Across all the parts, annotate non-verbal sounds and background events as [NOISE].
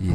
以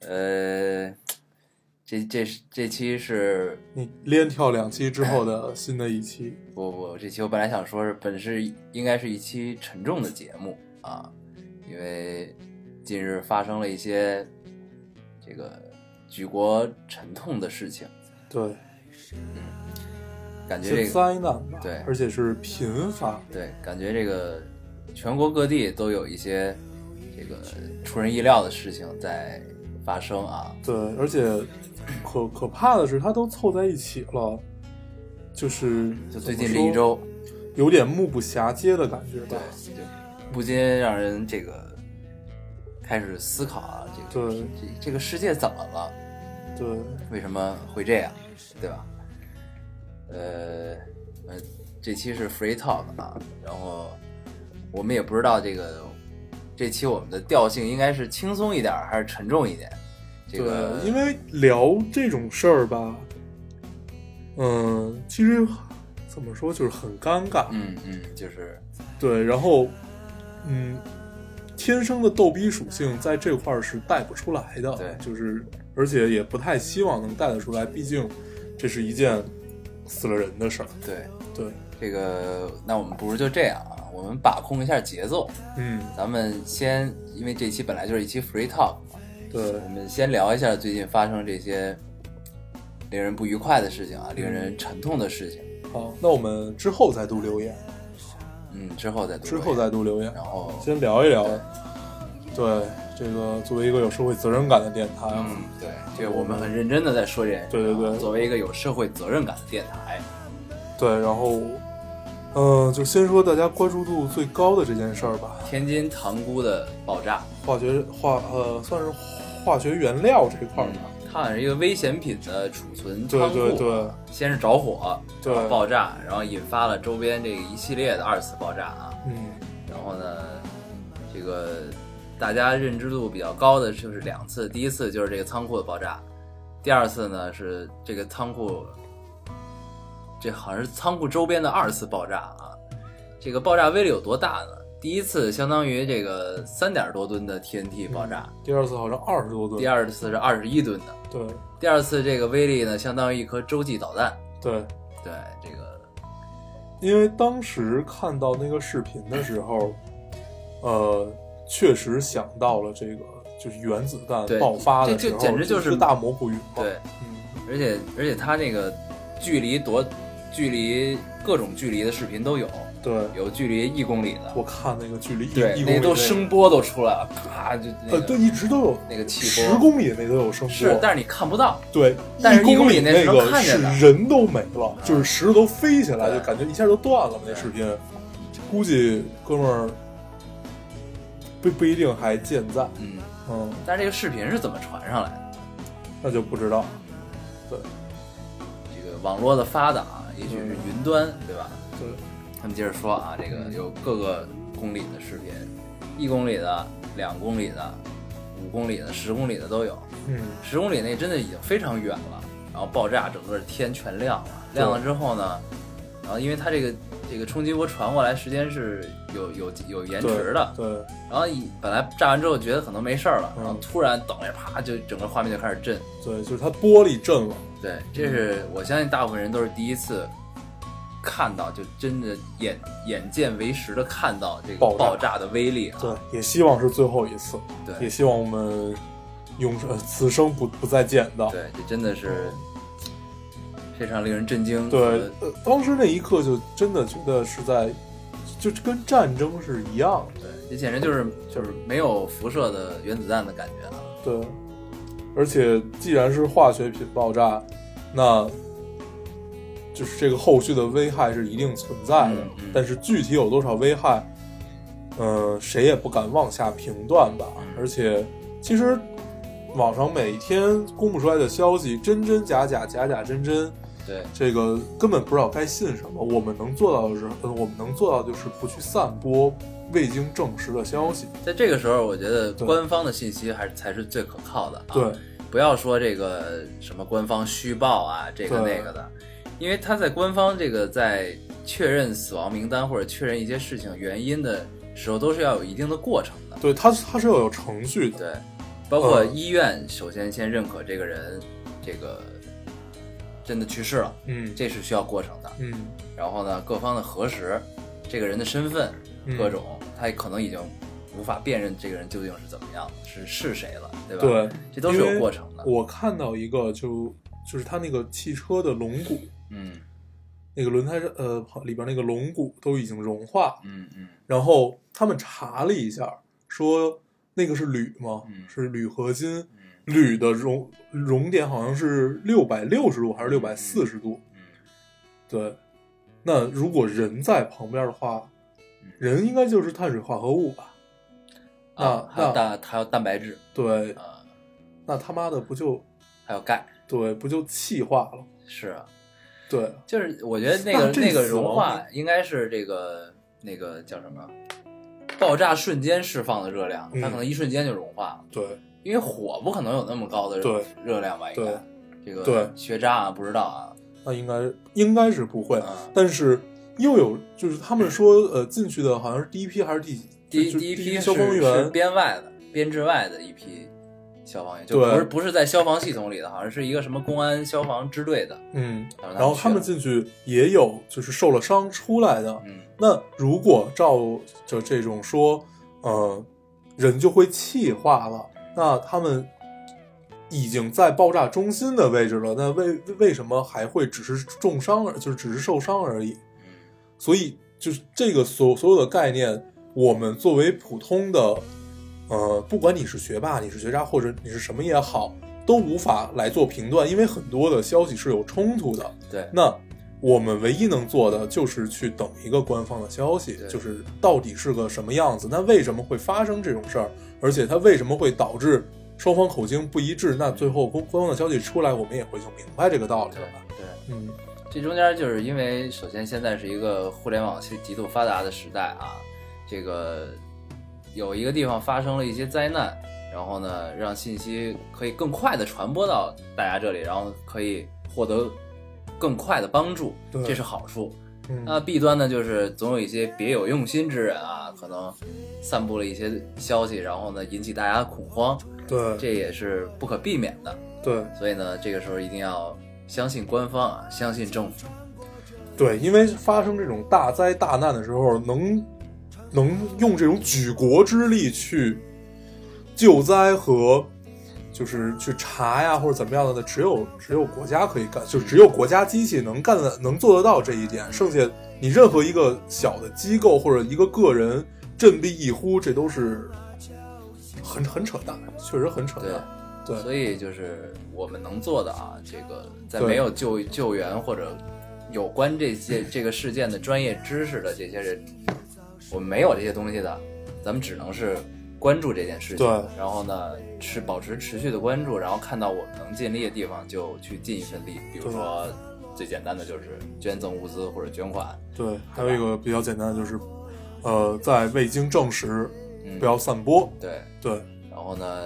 呃，这这是这期是你连跳两期之 [LAUGHS] 后的新的一期，不不，这期我本来想说是本是应该是一期沉重的节目啊，因为近日发生了一些这个举国沉痛的事情，对，感觉是这个灾难吧？对而且是频发。对，感觉这个全国各地都有一些这个出人意料的事情在发生啊，对，而且可可怕的是，它都凑在一起了，就是就最近这一，怎么周，说有点目不暇接的感觉吧对。，就不禁让人这个开始思考啊，这个对这这个世界怎么了？对，为什么会这样，对吧？呃，呃，这期是 free talk 啊，然后我们也不知道这个这期我们的调性应该是轻松一点儿还是沉重一点。这个对，因为聊这种事儿吧，嗯，其实怎么说就是很尴尬。嗯嗯，就是对，然后，嗯，天生的逗逼属性在这块儿是带不出来的，对就是而且也不太希望能带得出来，毕竟这是一件死了人的事儿。对对，这个，那我们不如就这样啊，我们把控一下节奏，嗯，咱们先，因为这期本来就是一期 free talk 嘛，嗯呃对我们先聊一下最近发生这些令人不愉快的事情啊，令嗯人沉痛的事情。好，那我们之后再读留言，嗯，之后再读之后再读留言，然后先聊一聊。对，这个作为一个有社会责任感的电台，嗯，对，这个我们很认真的在说这件事。对对对作为一个有社会责任感的电台，对，然后，嗯、就先说大家关注度最高的这件事儿吧。天津塘沽的爆炸，化学化呃，算是化学原料这块儿吧。嗯它好像是一个危险品的储存对仓库，对对先是着火，对然后爆炸，然后引发了周边这个一系列的二次爆炸啊。嗯，然后呢，这个大家认知度比较高的就是两次，第一次就是这个仓库的爆炸，第二次呢是这个仓库，这好像是仓库周边的二次爆炸啊。这个爆炸威力有多大呢？第一次相当于这个三点多吨的 TNT 爆炸，第二次好像二十多吨。第二次是二十一吨的，对第二次这个威力呢相当于一颗洲际导弹。对，对，这个因为当时看到那个视频的时候，呃，确实想到了这个就是原子弹对爆发这的这时候，简直就是是大蘑菇云嘛。对，嗯，而且而且它那个距离多，距离各种距离的视频都有，对，有距离一公里的，我看那个距离一对，一公里那都内声波都出来了，啪就那个、呃，对，一直都有那个气十波公里内都有声波。是，但是你看不到，对，但是一一公公里内那是能个看见是的啊人都没了，就是石头都飞起来，对就感觉一下就断了那视频。估计哥们儿不不一定还健在，嗯，嗯，但是这个视频是怎么传上来的？那就不知道。对这个网络的发达啊，也许嗯是云端，对吧？对，他们接着说啊，这嗯个有各个公里的视频，一公里的、两公里的、五公里的、十公里的都有。嗯，十公里内真的已经非常远了，然后爆炸，整个天全亮了。对亮了之后呢，然后因为它这个这个冲击波传过来时间是有有有延迟的，对对然后一本来炸完之后觉得可能没事儿了，嗯然后突然等一下啪就整个画面就开始震。对，就是它玻璃震了，对，这嗯是我相信大部分人都是第一次看到，就真的眼眼见为实的看到这个爆炸爆炸的威力啊。对，也希望是最后一次，对也希望我们永呃此生不不再见到。对，这真的是非常令人震惊。对，呃，当时那一刻就真的觉得是在，就就跟战争是一样的。对，这简直就是就是没有辐射的原子弹的感觉啊了。对，而且既然是化学品爆炸，那就是这个后续的危害是一定存在的。嗯嗯但是具体有多少危害，呃嗯、谁也不敢妄下评断吧。而且，其实网上每天公布出来的消息，真真假假，假假真真，对，这个根本不知道该信什么。我们能做到的是，呃我们能做到的就是不去散播未经证实的消息。在这个时候，我觉得对官方的信息还是才是最可靠的、啊。对，不要说这个什么官方虚报啊，这个对那个的，因为他在官方这个在确认死亡名单或者确认一些事情原因的时候，都是要有一定的过程的。对，它它是要有程序的。对，包括嗯医院首先先认可这个人，这个真的去世了，嗯这是需要过程的。嗯然后呢，各方的核实这个人的身份，嗯各种他可能已经无法辨认这个人究竟是怎么样，是是谁了，对吧？对，这都是有过程的。因为我看到一个就就是它那个汽车的龙骨，嗯那个轮胎上呃旁里边那个龙骨都已经融化，嗯嗯然后他们查了一下，说那个是铝吗？嗯是铝合金，嗯铝的熔熔点好像是六百六十度还是六百四十度？嗯对，那如果人在旁边的话嗯，人应该就是碳水化合物吧？啊，那还有那蛋，还有蛋白质对，啊，那他妈的不就还有钙，对不就气化了？是啊，对，就是我觉得那个那这那个死亡融化应该是这个那个叫什么？爆炸瞬间释放的热量，嗯它可能一瞬间就融化了，对，因为火不可能有那么高的对热量吧？应该对这个对学渣啊，不知道啊，那应该应该是不会啊嗯，但是又有就是他们说呃进去的好像是第一批还是第几第就第一就批是消防是员，编外的编制外的一批消防员，就对不是不是在消防系统里的，好像是一个什么公安消防支队的，嗯，然然后他们去了进去也有就是受了伤出来的。嗯那如果照着这种说，呃，人就会气化了。那他们已经在爆炸中心的位置了，那为为什么还会只是重伤而，就是只是受伤而已？嗯所以就是这个所所有的概念，我们作为普通的，呃，不管你是学霸，你是学渣，或者你是什么也好，都无法来做评断，因为很多的消息是有冲突的。对那我们唯一能做的就是去等一个官方的消息对，就是到底是个什么样子，那为什么会发生这种事儿，而且它为什么会导致双方口径不一致？那最后官官方的消息出来，我们也会就明白这个道理对了吧？对。嗯，这中间就是因为，首先现在是一个互联网是极度发达的时代啊，这个有一个地方发生了一些灾难，然后呢，让信息可以更快的传播到大家这里，然后可以获得更快的帮助，对这是好处。嗯那弊端呢，就是总有一些别有用心之人啊，可能散布了一些消息，然后呢引起大家恐慌，对这也是不可避免的。对。所以呢，这个时候一定要相信官方啊，相信政府。对，因为发生这种大灾大难的时候，能能用这种举国之力去救灾和就是去查呀或者怎么样的，只有只有国家可以干，就只有国家机器能干的能做得到这一点。剩下你任何一个小的机构或者一个个人振臂一呼，这都是很 [LAUGHS] 很扯淡，确实很扯对淡。对所以就是我们能做的啊，这个在对没有救救援或者有关这些这个事件的专业知识的这些人，我们没有这些东西的，咱们只能是关注这件事情。对然后呢，是保持持续的关注，然后看到我们能尽力的地方就去尽一份力，比如对说最简单的就是捐赠物资或者捐款。对，还有一个比较简单的就是，呃，在未经证实嗯，不要散播。对，对。然后呢，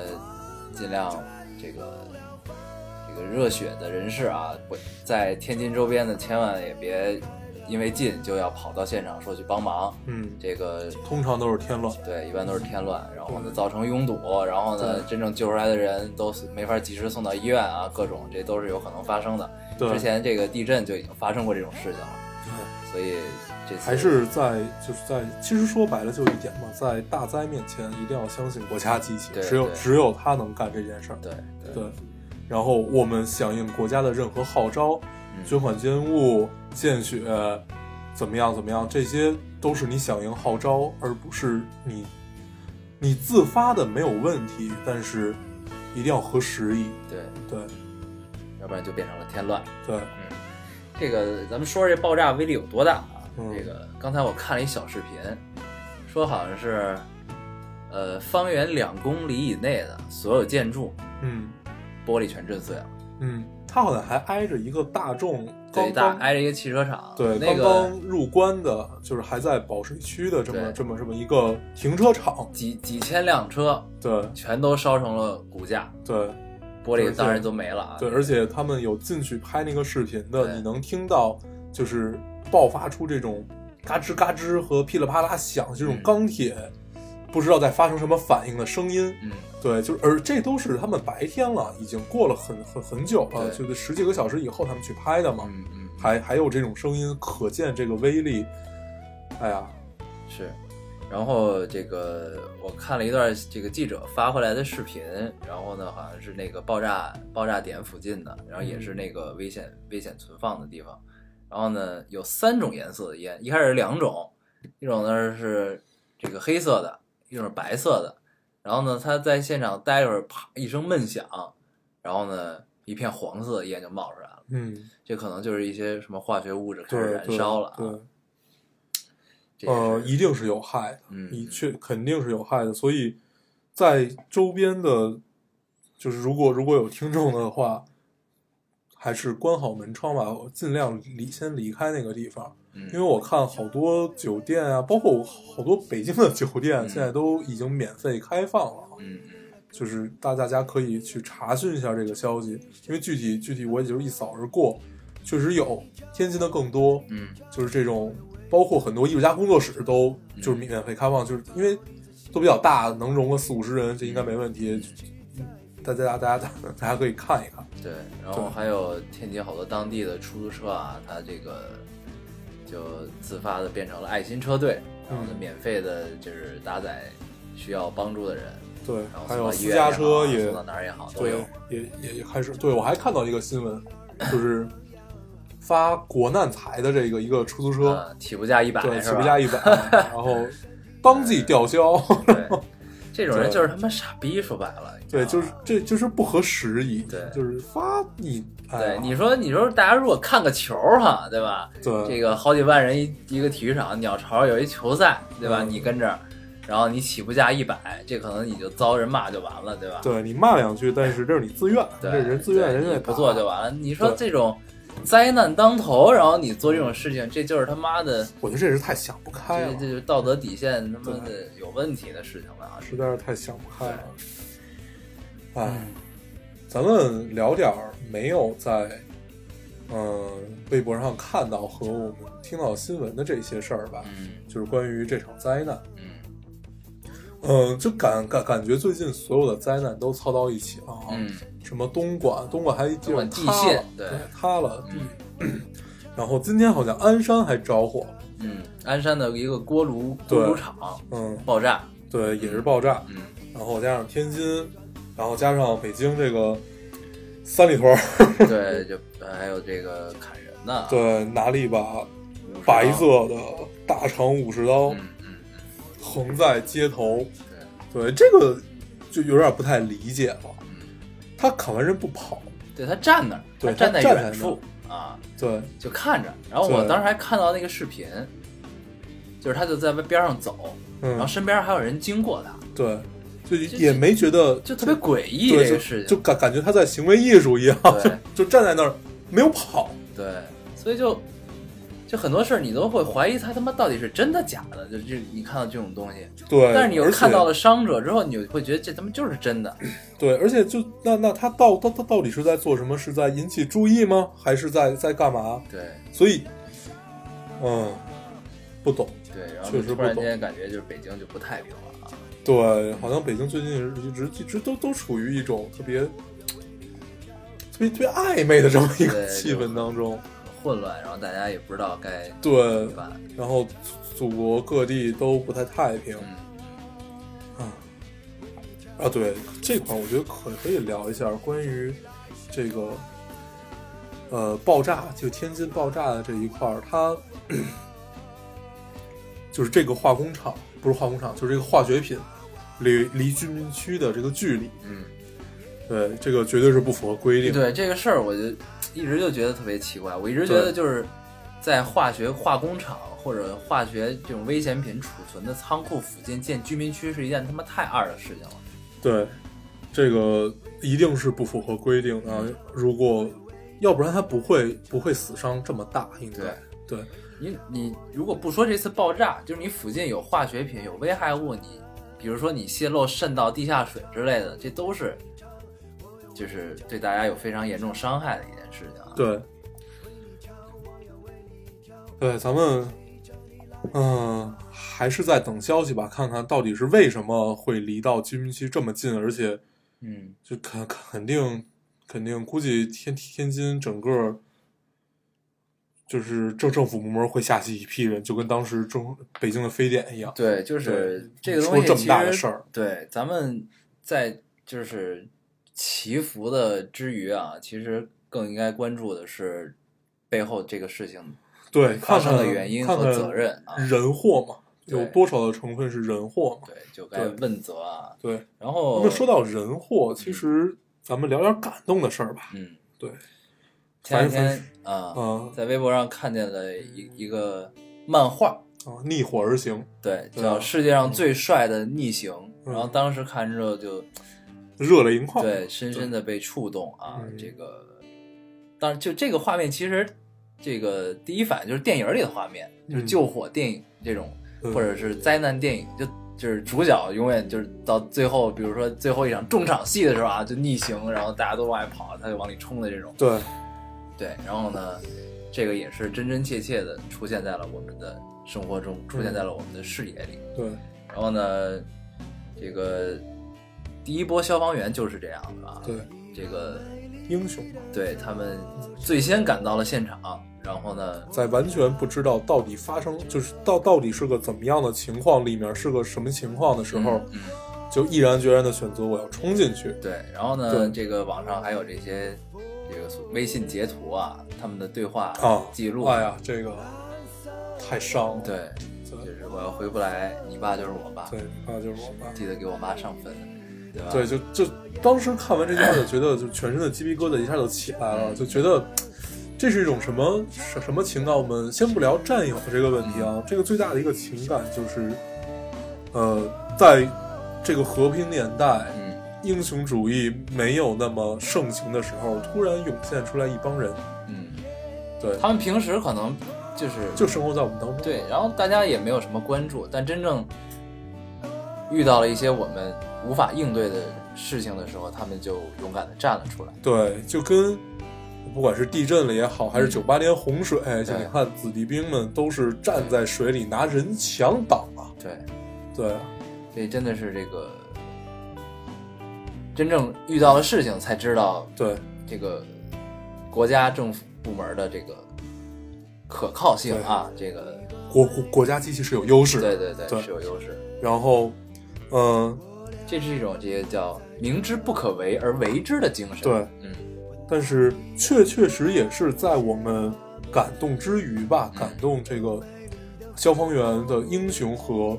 尽量这个这个热血的人士啊，不在天津周边的千万也别因为近就要跑到现场说去帮忙，嗯，这个通常都是添乱。对一般都是添乱，然后呢造成拥堵，然后呢真正救出来的人都是没法及时送到医院啊，各种这都是有可能发生的。对，之前这个地震就已经发生过这种事情了，对所以这次还是在就是在，其实说白了就一点嘛，在大灾面前一定要相信国家机器，对只有对只有他能干这件事儿。对对对，然后我们响应国家的任何号召，嗯捐款捐物、献血，呃怎么样怎么样，这些都是你响应号召，而不是你你自发的没有问题，但是一定要合时宜。对，对要不然就变成了添乱。对，这个咱们说说这爆炸威力有多大啊？嗯这个刚才我看了一小视频，说好像是，呃，方圆两公里以内的所有建筑嗯玻璃全震碎了。嗯，它好像还挨着一个大众对，刚大刚挨着一个汽车厂，对那刚个刚入关的，就是还在保税区的这么对这么这么一个停车场，几几千辆车对全都烧成了骨架，对玻而璃且当然都没了啊。对，而且他们有进去拍那个视频的，对你能听到就是爆发出这种嘎吱嘎吱和噼里啪啦响，这种嗯钢铁不知道在发生什么反应的声音，嗯，对，就是而这都是他们白天了，已经过了很很很久了，对就是十几个小时以后他们去拍的嘛，嗯嗯，还还有这种声音，可见这个威力。哎呀，是。然后这个我看了一段这个记者发回来的视频，然后呢，好像是那个爆炸爆炸点附近的，然后也嗯是那个危险危险存放的地方。然后呢，有三种颜色的烟，一开始是两种，一种呢是这个黑色的，一种是白色的。然后呢，他在现场待一会儿，啪一声闷响，然后呢，一片黄色的烟就冒出来了。嗯，这可能就是一些什么化学物质开对始对燃烧了啊。对，这也呃，是一定是有害的，嗯一确肯定是有害的，所以在周边的，就是如果如果有听众的话，还是关好门窗吧，我尽量离先离开那个地方。嗯因为我看好多酒店啊，包括好多北京的酒店，嗯现在都已经免费开放了，啊嗯嗯。就是大大家可以去查询一下这个消息，因为具体具体我也就是一扫而过，确实有天津的更多，嗯就是这种包括很多艺术家工作室都嗯就是免费开放，就是因为都比较大，能容个四五十人，这应该没问题。嗯大家大家大家可以看一看，对，然后对还有天津好多当地的出租车啊，它这个就自发的变成了爱心车队，然后呢嗯免费的就是搭载需要帮助的人，对然后，还送有到医私院也好家啊车也送到哪儿也好都对有。，也也也开始。对我还看到一个新闻，就是发国难财的这个一个出租车，啊，起步价一百对，是起吧？步价一百，然后当即吊销。 [LAUGHS] 对，这种人对就是他妈傻逼，说白了。你知道对，吗就是这就是不合时宜，啊对就是发你，哎对，呀你说你说大家如果看个球儿哈，对吧？对这个好几万人一一个体育场，鸟巢有一球赛，对吧？嗯你跟着，然后你起步价一百，这可能你就遭人骂就完了，对吧？对你骂两句，但是这是你自愿，对，这人自愿，对人家你也不打做就。完了。你说对这种灾难当头，然后你做这种事情，这就是他妈的，我觉得这是太想不开这嗯了这，就是道德底线他妈的有问题的事情了啊！实在是太想不开了。嗯哎，咱们聊点儿没有在嗯微博上看到和我们听到新闻的这些事儿吧，嗯就是关于这场灾难。嗯嗯，就感感感觉最近所有的灾难都凑到一起了啊，嗯，什么东莞，东莞还东莞地方塌地了陷，对对，塌了嗯地。然后今天好像鞍山还着火了，嗯，鞍山的一个锅炉对锅炉厂嗯，爆炸，对，也是爆炸，嗯然后加上天津，然后加上北京这个三里屯儿，对，就还有这个砍人的，，对，拿了一把白，色的大长武士刀嗯嗯嗯，横在街头，对，对，这个就有点不太理解了。嗯，他砍完人不跑，对他站那儿，对站他在站在那远儿处啊，对，就看着。然后我对当时还看到那个视频，就是他就在边上走，然后嗯，身边还有人经过他，对，就就也没觉得就特别诡异对，这就个事就情。感感觉他在行为艺术一样，对就就站在那儿没有跑，对，所以就就很多事儿你都会怀疑他他妈到底是真的假的，就就你看到这种东西，对，但是你又而看且到了伤者之后，你就会觉得这他妈就是真的。对，而且就那那他到他他到底是在做什么？是在引起注意吗？还是在在干嘛？对所以，嗯，不懂。对，然后确就实突不然懂间感觉就是北京就不太平了啊。对，好像北京最近一直一直都都处于一种特别、特别、特别暧昧的这么一个对气氛当中。混乱，然后大家也不知道该对对，吧？然后祖国各地都不太太平。嗯啊啊，对这块儿我觉得可可以聊一下关于这个呃爆炸，就天津爆炸的这一块儿，它就是这个化工厂，不是化工厂，就是这个化学品离离居民区的这个距离，嗯，对，这个绝对是不符合规定。对这个事儿，我就一直就觉得特别奇怪。我一直觉得对就是在化学化工厂或者化学这种危险品储存的仓库附近建居民区是一件他妈太二的事情了。对，这个一定是不符合规定的啊。如果要不然它不会不会死伤这么大，应该对你你如果不说这次爆炸，就是你附近有化学品、有危害物，你比如说你泄漏渗到地下水之类的，这都是就是对大家有非常严重伤害的一件事情啊。对对，咱们嗯还是在等消息吧，看看到底是为什么会离到居民区这么近，而且嗯，就肯肯定肯定估计天天津整个就是政政府部门会下去一批人，就跟当时中北京的非典一样。对，就是这个东说西这么其大的实事儿对，咱们在就是祈福的之余啊，其实更应该关注的是背后这个事情对，发看生看的原因看和看责任啊。人祸嘛，对有多少的成分是人祸嘛？对，就该对问责啊。对，然那后么说到人祸，其实咱们聊点感动的事儿吧。嗯，对，前两反正天啊，啊在微博上看见了一一个漫画，啊，逆火而行，对，对啊叫《世界上最帅的逆行》，嗯然后当时看之后就热泪盈眶。对深深的被触动啊嗯。这个，当然就这个画面，其实这个第一反应就是电影里的画面，就是嗯救火电影这种，嗯或者是灾难电影，就就是主角永远就是到最后，比如说最后一场重场戏的时候啊，就逆行，然后大家都往外跑，他就往里冲的这种。对，对，然后呢，这个也是真真切切的出现在了我们的生活中，出现在嗯了我们的视野里。对，然后呢，这个第一波消防员就是这样的啊。对，这个英雄嘛对他们最先赶到了现场，然后呢，在完全不知道到底发生，就是到到底是个怎么样的情况，里面是个什么情况的时候，嗯，就毅然决然的选择我要冲进去。对，然后呢，对这个网上还有这些这个微信截图啊，他们的对话啊，记录，哎呀，这个太伤了。对，对就是我要回不来，你爸就是我爸，对，那就是我爸。记得给我妈上坟，对吧？对，就就当时看完这句话，就觉得就全身的鸡皮疙瘩一下就起来了，就觉得这是一种什么什什么情感？我们先不聊占有这个问题啊，这个最大的一个情感就是，呃，在这个和平年代，嗯。英雄主义没有那么盛行的时候，突然涌现出来一帮人，嗯对，他们平时可能就是就生活在我们当中。对，然后大家也没有什么关注，但真正遇到了一些我们无法应对的事情的时候，他们就勇敢的站了出来。对，就跟不管是地震了也好，还是九八年洪水，就你看子弟兵们都是站在水里拿人墙挡啊。对，对，所以真的是这个真正遇到了事情才知道对，这个国家政府部门的这个可靠性啊，这个国国国家机器是有优势的。对对对对是有优势。然后，嗯、这是一种这个叫明知不可为而为之的精神。对，嗯但是确确实也是在我们感动之余吧，感动这个消防员的英雄和。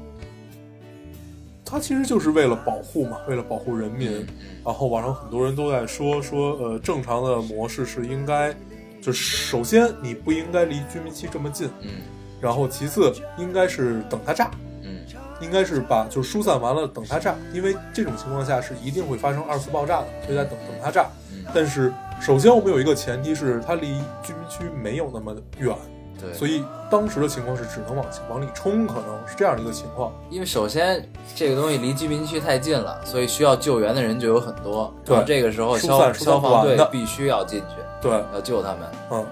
他其实就是为了保护嘛，为了保护人民，嗯然后网上很多人都在说说，呃，正常的模式是应该，就是首先你不应该离居民区这么近，嗯然后其次应该是等它炸，嗯应该是把就是疏散完了等它炸，因为这种情况下是一定会发生二次爆炸的，所以在等等它炸。嗯，但是首先我们有一个前提是它离居民区没有那么远，对，所以当时的情况是只能往前往里冲，可能是这样的一个情况。因为首先这个东西离居民区太近了，所以需要救援的人就有很多。对然后这个时候疏消散疏散消不防完队的必须要进去，对，要救他们。嗯，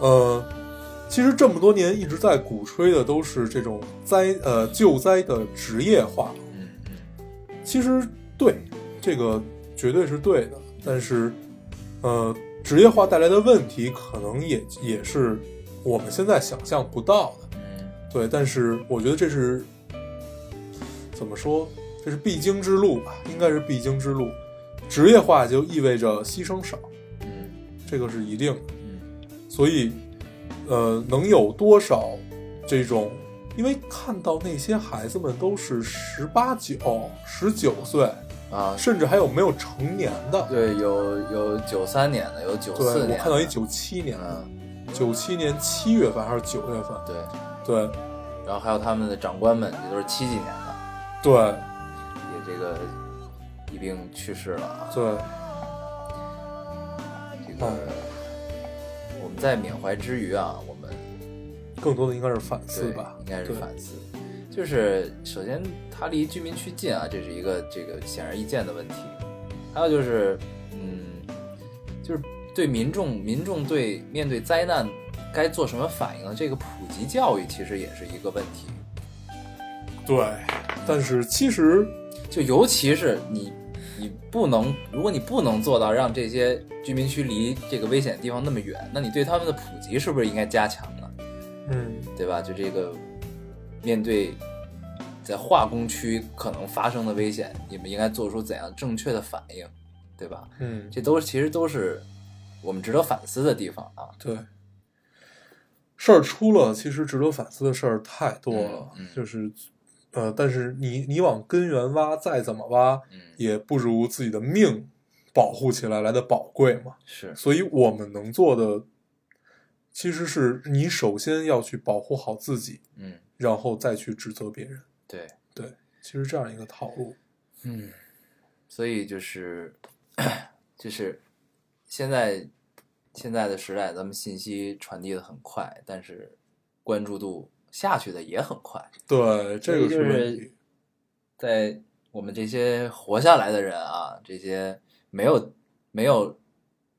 呃，其实这么多年一直在鼓吹的都是这种灾呃救灾的职业化，嗯其实对这个绝对是对的，但是呃职业化带来的问题可能也也是我们现在想象不到的。嗯对，但是我觉得这是怎么说？这是必经之路吧，应该是必经之路。职业化就意味着牺牲少，嗯这个是一定的。嗯所以，呃，能有多少这种？因为看到那些孩子们都是十八九、十九岁，嗯啊，甚至还有没有成年的。对，有有九三年的，有九对，四年的，我看到一九七年的，嗯九七年七月份还是九月份？对，对然后还有他们的长官们，也都是七几年的，对也这个一并去世了啊。对，个嗯我们在缅怀之余啊，我们更多的应该是反思对吧，应该是对反思。就是首先它离居民区近啊，这是一个这个显而易见的问题。还有就是，嗯，就是对民众，民众对面对灾难该做什么反应，这个普及教育其实也是一个问题。对。但是其实就尤其是你，你不能，如果你不能做到让这些居民区离这个危险的地方那么远，那你对他们的普及是不是应该加强呢？嗯，对吧？就这个面对在化工区可能发生的危险，你们应该做出怎样正确的反应，对吧？嗯，这都其实都是我们值得反思的地方啊。对，事儿出了，其实值得反思的事儿太多了，嗯嗯就是，呃，但是你你往根源挖，再怎么挖，嗯，也不如自己的命保护起来来的宝贵嘛。是，所以我们能做的，其实是你首先要去保护好自己，嗯，然后再去指责别人。对，对，其实这样一个套路，嗯，所以就是 [CLEARS THROAT] 就是现在现在的时代，咱们信息传递的很快，但是关注度下去的也很快。对，这所个以就是问题。在我们这些活下来的人啊，这些没有没有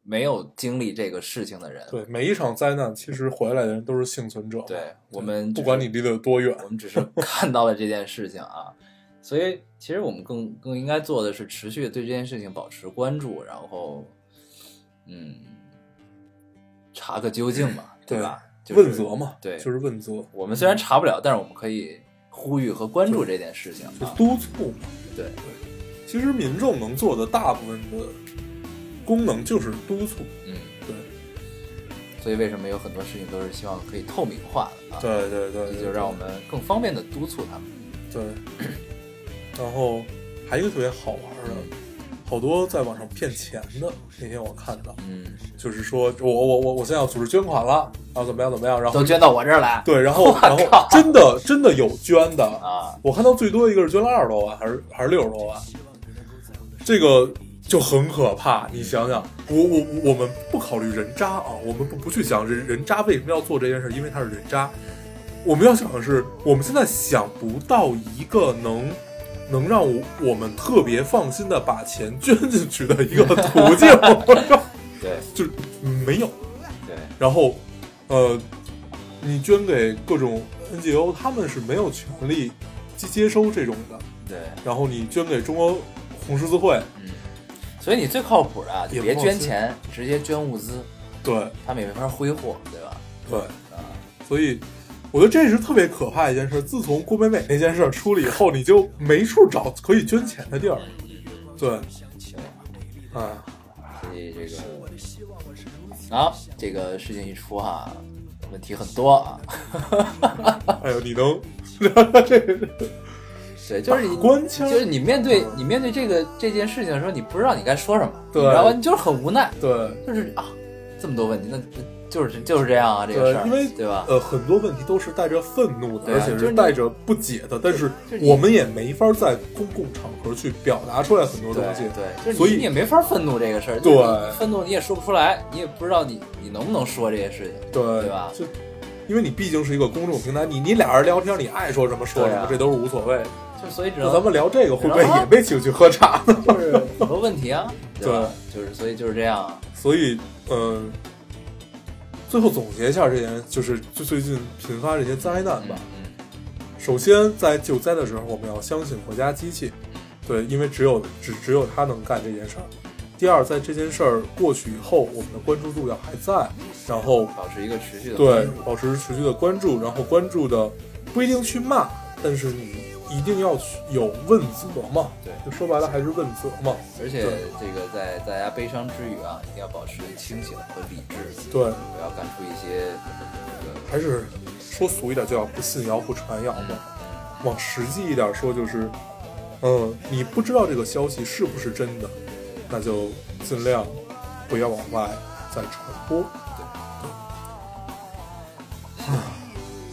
没有经历这个事情的人，对，每一场灾难，其实回来的人都是幸存者嘛。对我们不管只你是离得有多远，我们只 [LAUGHS] 是看到了这件事情啊。所以，其实我们更更应该做的是持续地对这件事情保持关注，然后，嗯，查个究竟嘛，对吧？就是问责嘛，对，就是问责，我们虽然查不了，但是我们可以呼吁和关注这件事情就啊。督促嘛。对，其实民众能做的大部分的功能就是督促，嗯，对，所以为什么有很多事情都是希望可以透明化的啊？，对对对对，就让我们更方便的督促他们。对。 [COUGHS] 然后还有一个特别好玩的，好多在网上骗钱的，那天我看到，嗯，就是说我我我我现在要组织捐款了，然后怎么样怎么样，然后都捐 [LAUGHS] 到我这儿来对，然后然后真的真的有捐的，啊！我看到最多一个是捐了二十多万，还是还是六十多万，这个就很可怕。你想想，我我我我们不考虑人渣啊，我们不不去想人人渣为什么要做这件事，因为他是人渣。我们要想的是，我们现在想不到一个能能让我我们特别放心的把钱捐进去的一个途径，对就是没有。对，然后，呃，你捐给各种 NGO，他们是没有权利接接收这种的。对，然后你捐给中国红十字会，嗯，所以你最靠谱的啊，也就不别好捐说钱，直接捐物资，对他们也没法挥霍，对吧？对，啊，所以我觉得这是特别可怕的一件事。自从郭美美那件事儿出了以后，你就没处找可以捐钱的地儿。对，哎，所以这个啊，这个事情一出哈，问题很多啊。 [LAUGHS] 哎呦，你能 [LAUGHS] 对，就是你打官腔就是你面对你面对这个这件事情的时候，你不知道你该说什么，对你知道吧？你就是很无奈，对就是啊，这么多问题，那就是就是这样啊，这个对事，儿，因为对吧？呃，很多问题都是带着愤怒的，对啊而且就是是你带着不解的，但是就是你我们也没法在公共场合去表达出来很多东对西。对，就是所你以你也没法愤怒这个事儿，对就是你愤怒你也说不出来，你也不知道你你能不能说这些事情，对对吧就因为你毕竟是一个公众平台，你你俩人聊天，你爱说什么说什对么，啊这都是无所谓。就所以只那能咱们聊这个会不会然后也被请去喝茶呢？ [LAUGHS] [LAUGHS] 就是很多问题啊，吧？就是所以就是这样啊，所以，呃，最后总结一下这件，就是最最近频发这些灾难吧。嗯首先，在救灾的时候，我们要相信国家机器，对，因为只有只只有他能干这件事儿。第二，在这件事儿过去以后，我们的关注度要还在，然后保持一个持续的对关注，保持持续的关注，然后关注的不一定去骂，但是你一定要去有问责嘛，对就说白了还是问责嘛，而且对这个在大家悲伤之余啊，一定要保持清醒和理智，对，不要干出一些还是说俗一点，就要不信谣不传谣嘛。往实际一点说，就是，嗯，你不知道这个消息是不是真的，那就尽量不要往外再传播。对，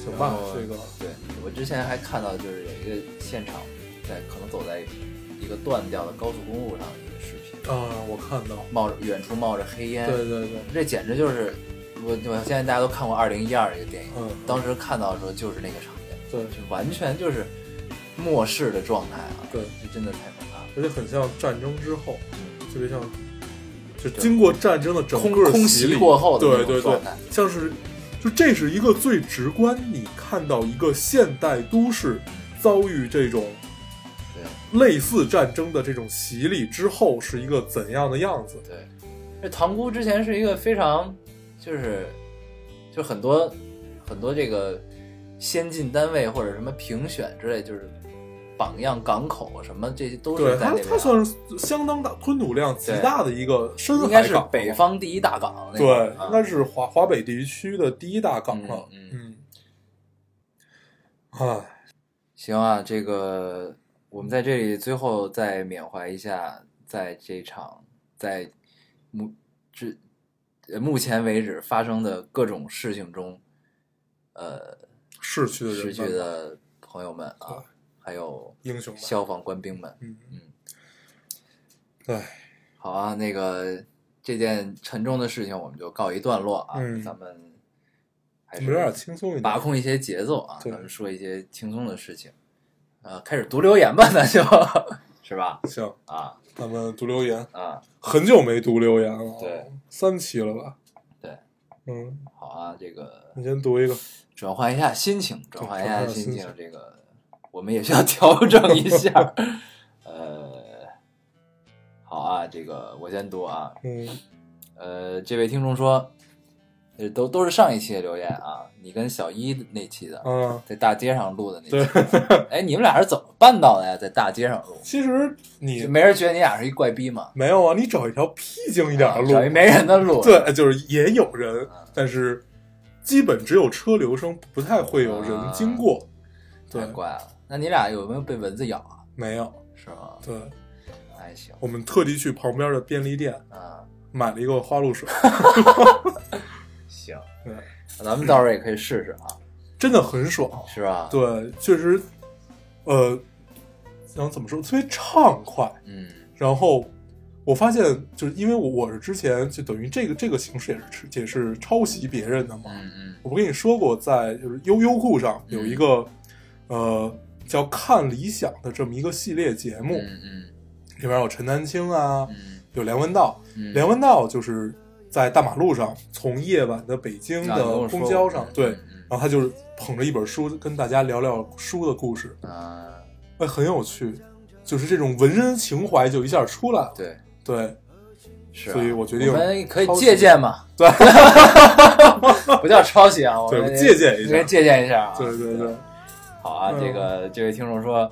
行然吧后，这个对我之前还看到，就是有一个现场，在可能走在一个断掉的高速公路上的一个视频，啊，我看到，冒着远处冒着黑烟，对对对，这简直就是我我相信大家都看过《二零一二》这个电影，嗯，当时看到的时候就是那个场景，对就完全就是末世的状态啊，对，这真的太可怕了。而且很像战争之后，嗯特别像，就经过战争的整个空空洗袭礼过后的那对种对对状态，像是就这是一个最直观，你看到一个现代都市遭遇这种对类似战争的这种洗礼之后是一个怎样的样子？对，这塘沽之前是一个非常就是就很多很多这个先进单位或者什么评选之类，就是榜样港口什么这些都对是在它那，边啊、它算是相当大、吞吐量极大的一个深应该海是港，北方第一大港那个对啊，应该是华华北地区的第一大港了。嗯嗯，唉，行啊，这个我们在这里最后再缅怀一下，在这场在目至呃目前为止发生的各种事情中，呃，逝去的人失们去的朋友们对啊，还有英雄们，消防官兵们。嗯嗯，对，好啊，那个这件沉重的事情我们就告一段落啊，嗯咱们还我是们有点轻松一点，把控一些节奏啊，对咱们说一些轻松的事情。呃，开始读留言吧，那就 [LAUGHS] 是吧？行，啊咱们读留言，啊，很久没读留言了，对，三期了吧？对，嗯，好啊，这个你先读一个，转换一下心情，转换一下心转换一下情心，这个我们也需要 [LAUGHS] 调整一下。呃，好啊，这个我先读啊。嗯，呃，这位听众说，呃，都都是上一期的留言啊，你跟小一那期的，啊，在大街上录的那对期。， [LAUGHS] 哎，你们俩是怎么办到的呀？在大街上录？其实你就没人觉得你俩是一怪逼吗？没有啊，你找一条僻静一点的路，啊找一没人的路，对，就是也有人，但是基本只有车流声，不太会有人经过。太对，啊怪了。那你俩有没有被蚊子咬啊？没有。是吗？对，还行我们特地去旁边的便利店啊，买了一个花露 [LAUGHS] 水，行，对，咱们到时候也可以试试啊，真的很爽。是吧？，对，确实，呃，想怎么说，特别畅快。嗯然后我发现，就是因为我我是之前就等于这个这个形式也是也是抄袭别人的嘛，嗯嗯我不跟你说过，在就是优优酷上有一个、呃叫《看理想》的这么一个系列节目，嗯嗯里面有陈丹青啊，嗯有梁文道。嗯，梁文道就是在大马路上，从夜晚的北京啊你的跟我说公过交上，嗯对，嗯然后他就是捧着一本书跟大家聊聊书的故事，嗯啊，哎，很有趣，就是这种文人情怀就一下出来了。对，对是啊。所以我决定我们可以抄袭借鉴嘛， [LAUGHS] 对不叫抄袭啊，我对们也借鉴一下应该借鉴一下啊。对对对，好啊，嗯这个这位听众说，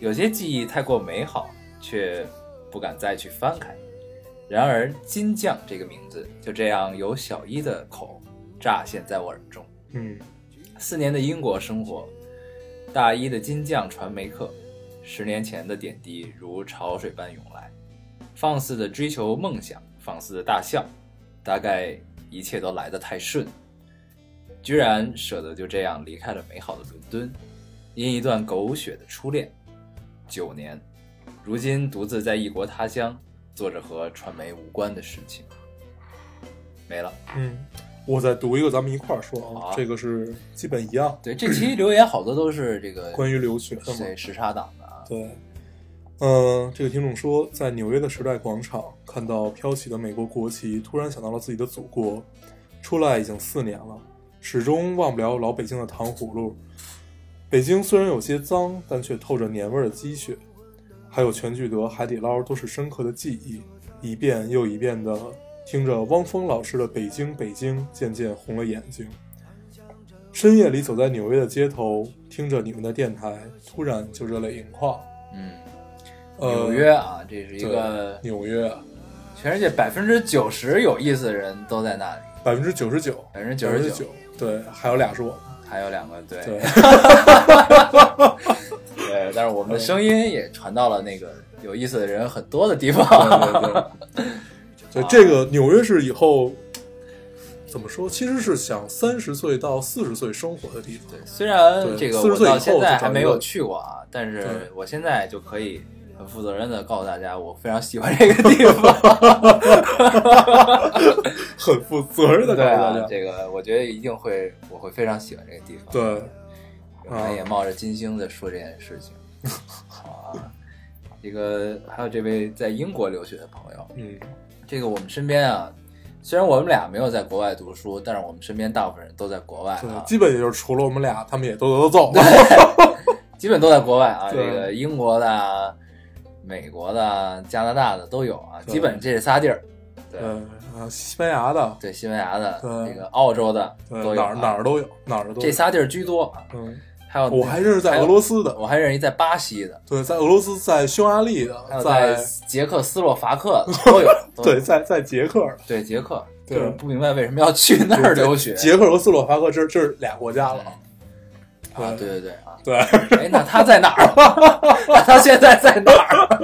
有些记忆太过美好，却不敢再去翻开。然而，金匠这个名字就这样由小一的口乍现在我耳中。嗯四年的英国生活，大一的金匠传媒课，十年前的点滴如潮水般涌来，放肆的追求梦想，放肆的大笑，大概一切都来得太顺，居然舍得就这样离开了美好的伦敦，因一段狗血的初恋，九年，如今独自在异国他乡，做着和传媒无关的事情，没了。嗯，我再读一个，咱们一块儿说好啊啊，这个是基本一样，对，这期留言好多都是这个关于留学的嘛。对时差党的啊，对，嗯、这个听众说，在纽约的时代广场看到飘起的美国国旗，突然想到了自己的祖国。出来已经四年了，始终忘不了老北京的糖葫芦。北京虽然有些脏，但却透着年味儿的积雪。还有全聚德、海底捞都是深刻的记忆，一遍又一遍的听着汪峰老师的《北京，北京》，渐渐红了眼睛。深夜里走在纽约的街头，听着你们的电台，突然就热泪盈眶。嗯，呃纽约啊，这是一对个纽约啊，全世界百分之九十有意思的人都在那里，百分之九十九， 99%九，对，还有俩是我们，还有两个对对，对，但是我们嗯的声音也传到了那个有意思的人很多的地对方。对对， [LAUGHS] 所以这个纽约市以后怎么说，其实是想三十岁到四十岁生活的地方， [LAUGHS] 对，虽然对这个40我岁以到后现在还没有就找一个去过啊，但是对我现在就可以很负责任的告诉大家，我非常喜欢这个地方。很负责任的告对诉大啊，家。这个我觉得一定会，我会非常喜欢这个地方。对，我啊们也冒着金星的说这件事情。啊，一个还有这位在英国留学的朋友，嗯，这个我们身边啊，虽然我们俩没有在国外读书，但是我们身边大部分人都在国外对，啊，基本也就是除了我们俩，他们也都都走了。基本都在国外啊。这对个英国的啊、美国的啊、加拿大的都有啊，对基本这是仨地儿。 [LAUGHS] 对对，啊，西班牙的，对，西班牙的、对这个澳洲的对，都有哪啊儿哪儿都有，哪儿都有。这仨地儿居多啊。嗯，还有我还认识在俄罗斯的，我还认识一在巴西的，对，在俄罗斯，在匈牙利还的，有在在捷克斯洛伐 [LAUGHS] 克的都有。都有对，在在捷克的，对捷克，对就是不明白为什么要去那儿留学。捷克和斯洛伐克，这这是俩国家了。啊，对对对对啊，对，哎，那他在哪儿啊？ [LAUGHS] 那他现在在哪儿？啊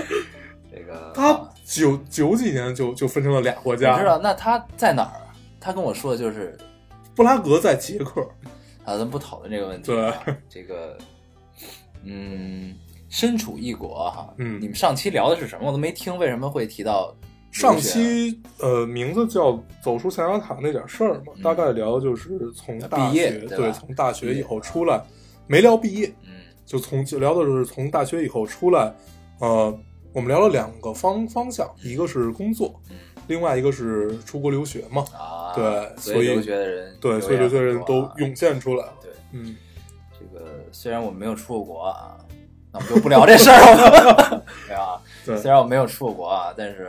[LAUGHS] 这个他九九几年就就分成了俩国你知家，道，那他在哪儿啊？他跟我说的就是布拉格在捷克，啊，咱不讨论这个问题。对，这个，嗯，身处异国哈，嗯你们上期聊的是什么？我都没听，为什么会提到留学上期呃，名字叫《走出象牙塔》那点事儿嘛，嗯大概聊的就是从大毕业学对吧对，从大学以后出来，没聊毕业，嗯就从就聊的是从大学以后出来，呃，我们聊了两个方方向，一个是工作，嗯另外一个是出国留学嘛，啊，对所所以留学的人对，所以这留些言很人多都啊涌现出来了，对。嗯，这个虽然我没有出过国啊，那我们就不聊这事儿了， [LAUGHS] 对啊，对虽然我没有出过国啊，但是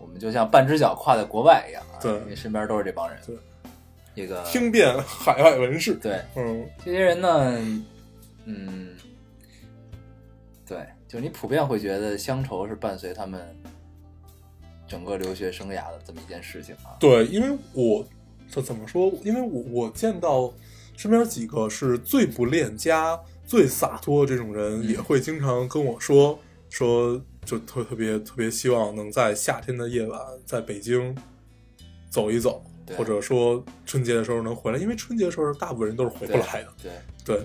我们就像半只脚跨在国外一样、啊，对因为身边都是这帮人。对，这个听遍海外文事，对嗯，这些人呢，嗯，对，就是你普遍会觉得乡愁是伴随他们整个留学生涯的这么一件事情啊。对，因为我这怎么说？因为我我见到身边几个是最不恋家、最洒脱的这种人，嗯也会经常跟我说说，就特特别特别希望能在夏天的夜晚在北京走一走，对或者说春节的时候能回来，因为春节的时候大部分人都是回不来的。对。哎对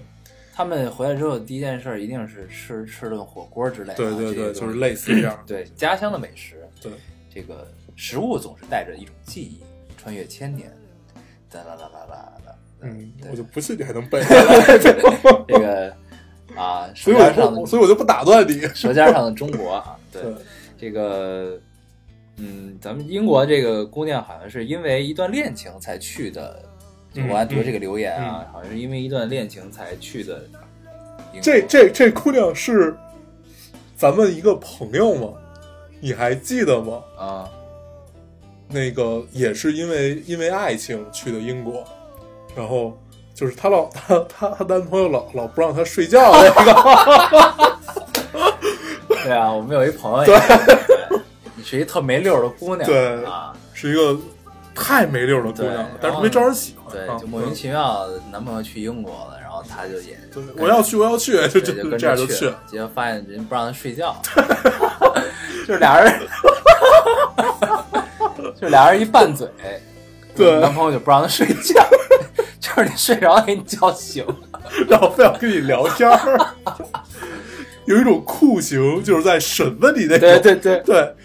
他们回来之后，第一件事儿一定是吃吃顿火锅之类的啊。对对这对，些就东是西类似这样。对家乡的美食，对这个食物总是带着一种记忆，穿越千年，哒啦啦啦啦啦。嗯，对我就不信你还能 [LAUGHS] 背下来，这个啊，舌所以我尖就上不的所以我就不打断你。舌尖上的中国啊，对对这个，嗯，咱们英国这个姑娘好像是因为一段恋情才去的，嗯我还读这个留言啊，好像是因为一段恋情才去的英国。啊这这这姑娘是咱们一个朋友吗？你还记得吗？啊，那个也是因为因为爱情去的英国，然后就是她老她她她男朋友老老不让她睡 [LAUGHS] 觉那个，对啊，我们有一朋友也是，对你是一特没溜儿的姑娘，对啊，是一个太没溜的姑娘了对，但是没招人喜欢。对啊，就莫名其妙男朋友去英国了，然后她就也对我要去我要去，对就就就就跟这样着就去去了，，结果发现人不让她睡 [LAUGHS] 觉，就是俩人，就是俩人一拌嘴， [LAUGHS] 嗯对男朋友就不让她睡觉， [LAUGHS] 就是你睡着了给你叫醒，然后非要跟你聊天儿， [LAUGHS] 有一种酷刑，就是在审问你那种。对对对，对，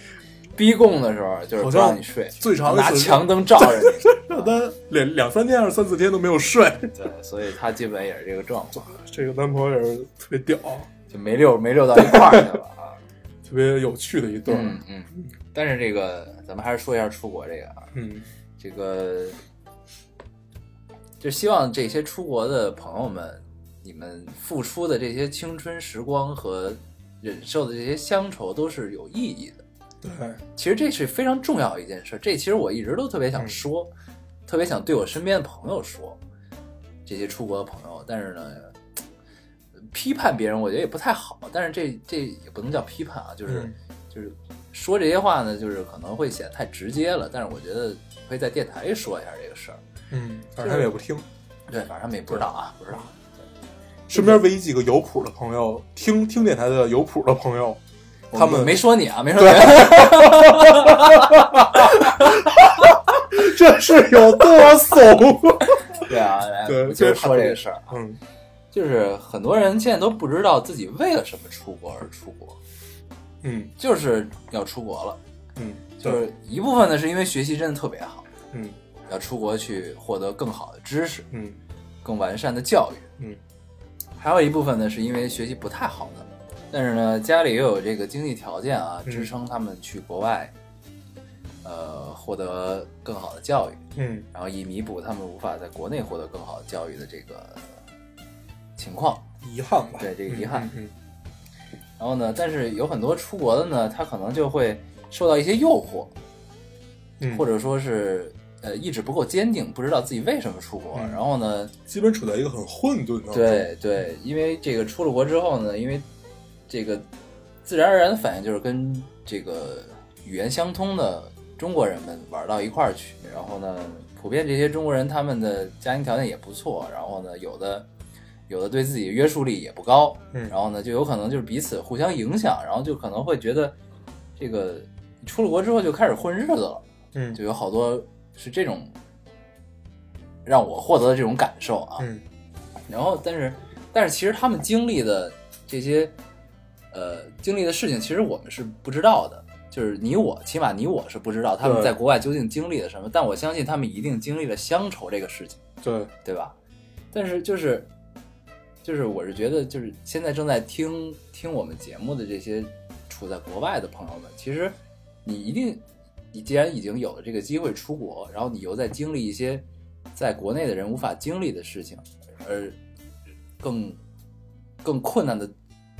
逼供的时候就是不让你睡，最长的拿一次是强灯照着你，让她两两三天还是三四天都没有睡。对，所以她基本也是这个状况，这个男朋友也是特别屌，就没溜没溜到一块儿去了 [LAUGHS] 啊。特别有趣的一段。嗯嗯，但是这个咱们还是说一下出国这个啊，嗯这个就希望这些出国的朋友们，你们付出的这些青春时光和忍受的这些乡愁都是有意义的。对，其实这是非常重要的一件事，这其实我一直都特别想说，特别想对我身边的朋友说，这些出国的朋友，但是呢，批判别人我觉得也不太好，但是这这也不能叫批判啊，就是、嗯就是说这些话呢，就是可能会显得太直接了，但是我觉得可以在电台里说一下这个事儿，嗯，反正他们也不听。对，反正他们也不知道啊，不知道，身边唯一几个有谱的朋友，听听电台的有谱的朋友，他我们没说你啊，没说 [LAUGHS] 你，这是有多怂？对啊，来对我就是说这这个个事儿啊，[LAUGHS] 嗯，就是很多人现在都不知道自己为了什么出国而出国，嗯就是要出国了，嗯，就是一部分呢是因为学习真的特别好，嗯要出国去获得更好的知识、嗯更完善的教育，嗯还有一部分呢是因为学习不太好的，但是呢家里又有这个经济条件啊嗯支撑他们去国外，呃获得更好的教育，嗯然后以弥补他们无法在国内获得更好的教育的这个情况。遗憾吧，对这个遗憾嗯然后呢，但是有很多出国的呢，他可能就会受到一些诱惑，嗯，或者者说是呃意志不够坚定，不知道自己为什么出国。嗯然后呢，基本处在一个很混沌当中，对对，因为这个出了国之后呢，因为这个自然而然的反应就是跟这个语言相通的中国人们玩到一块儿去。然后呢，普遍这些中国人他们的家庭条件也不错，然后呢，有的有的对自己约束力也不高，嗯然后呢，就有可能就是彼此互相影响，然后就可能会觉得这个出了国之后就开始混日子了。嗯就有好多是这种让我获得的这种感受啊。嗯然后，但是但是其实他们经历的这些呃经历的事情，其实我们是不知道的。就是你我，起码你我是不知道他们对在国外究竟经历了什么，但我相信他们一定经历了乡愁这个事情，对，对吧？但是就是就是我是觉得，就是现在正在听听我们节目的这些处在国外的朋友们，其实你一定，你既然已经有了这个机会出国，然后你又在经历一些在国内的人无法经历的事情，而更更困难的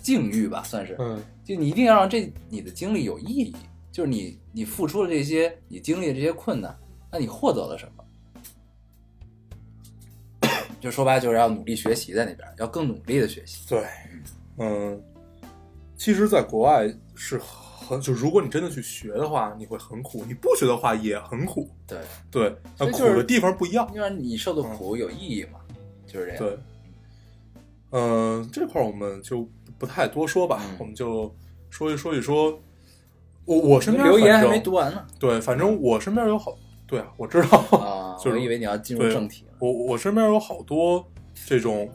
境遇吧，算是，嗯就你一定要让这你的经历有意义，就是你你付出了这些，你经历了这些困难，那你获得了什么？就说白了，就是要努力学习，在那边要更努力的学习。对，嗯，其实，在国外是很，就如果你真的去学的话，你会很苦；你不学的话也很苦。对，对，所但以苦就是的地方不一样。因为你受的苦有意义嘛，就是这样。嗯对，嗯、这块儿我们就不太多说吧，嗯我们就说一说一说。我我身边留言反还正没读完呢对，反正我身边有好，对啊，我知道，啊！ [LAUGHS] 就是我以为你要进入对正题了。我我身边有好多这种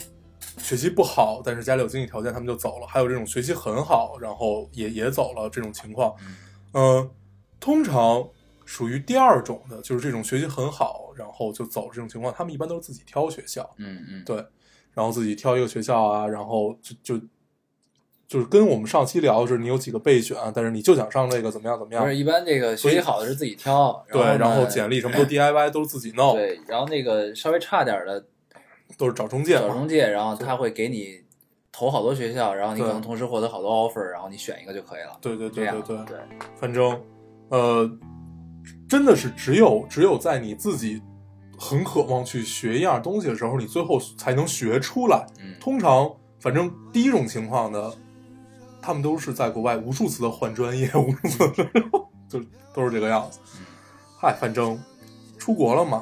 学习不好，但是家里有经济条件，他们就走了；还有这种学习很好，然后也也走了这种情况。嗯、通常属于第二种的，就是这种学习很好，然后就走这种情况，他们一般都是自己挑学校，嗯嗯，对，然后自己挑一个学校啊，然后就就。就是跟我们上期聊，就是你有几个备选，但是你就想上这个，怎么样怎么样不？是一般这个学习好的是自己挑，对，然然后后呢哎简历 [LAUGHS] 什么都 DIY 都是自己弄，对，然后那个稍微差点儿的都是找中介找嘛。中介，然后他会给你投好多学校，然后你对可能同时获得好多 offer，然后你选一个就可以了。对对这对样对对，对，反正呃，真的是只有只有在你自己很渴望去学一样东西的时候，你最后才能学出来。嗯，通常，反正第一种情况呢，他们都是在国外无数次的换专业，无数次的就都是这个样子。嗨，反正出国了嘛，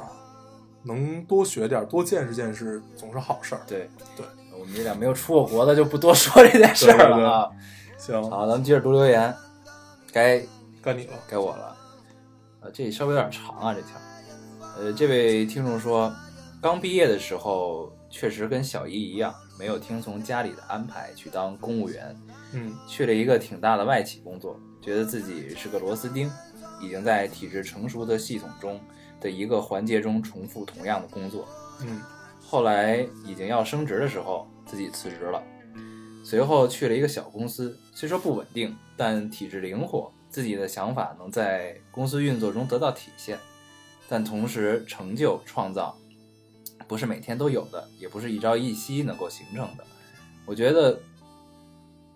能多学点儿，多见识见识，总是好事儿。对对，我们这俩没有出过国的就不多说这件事儿对对了对啊。行，好，咱们接着读留言，该该你了。该我了。呃，这稍微有点长啊，这条。呃，这位听众说，刚毕业的时候确实跟小姨一样，没有听从家里的安排去当公务员，嗯去了一个挺大的外企工作，觉得自己是个螺丝钉，已经在体制成熟的系统中的一个环节中重复同样的工作。嗯后来已经要升职的时候，自己辞职了，随后去了一个小公司，虽说不稳定，但体制灵活，自己的想法能在公司运作中得到体现，但同时成就创造不是每天都有的，也不是一朝一夕能够形成的。我觉得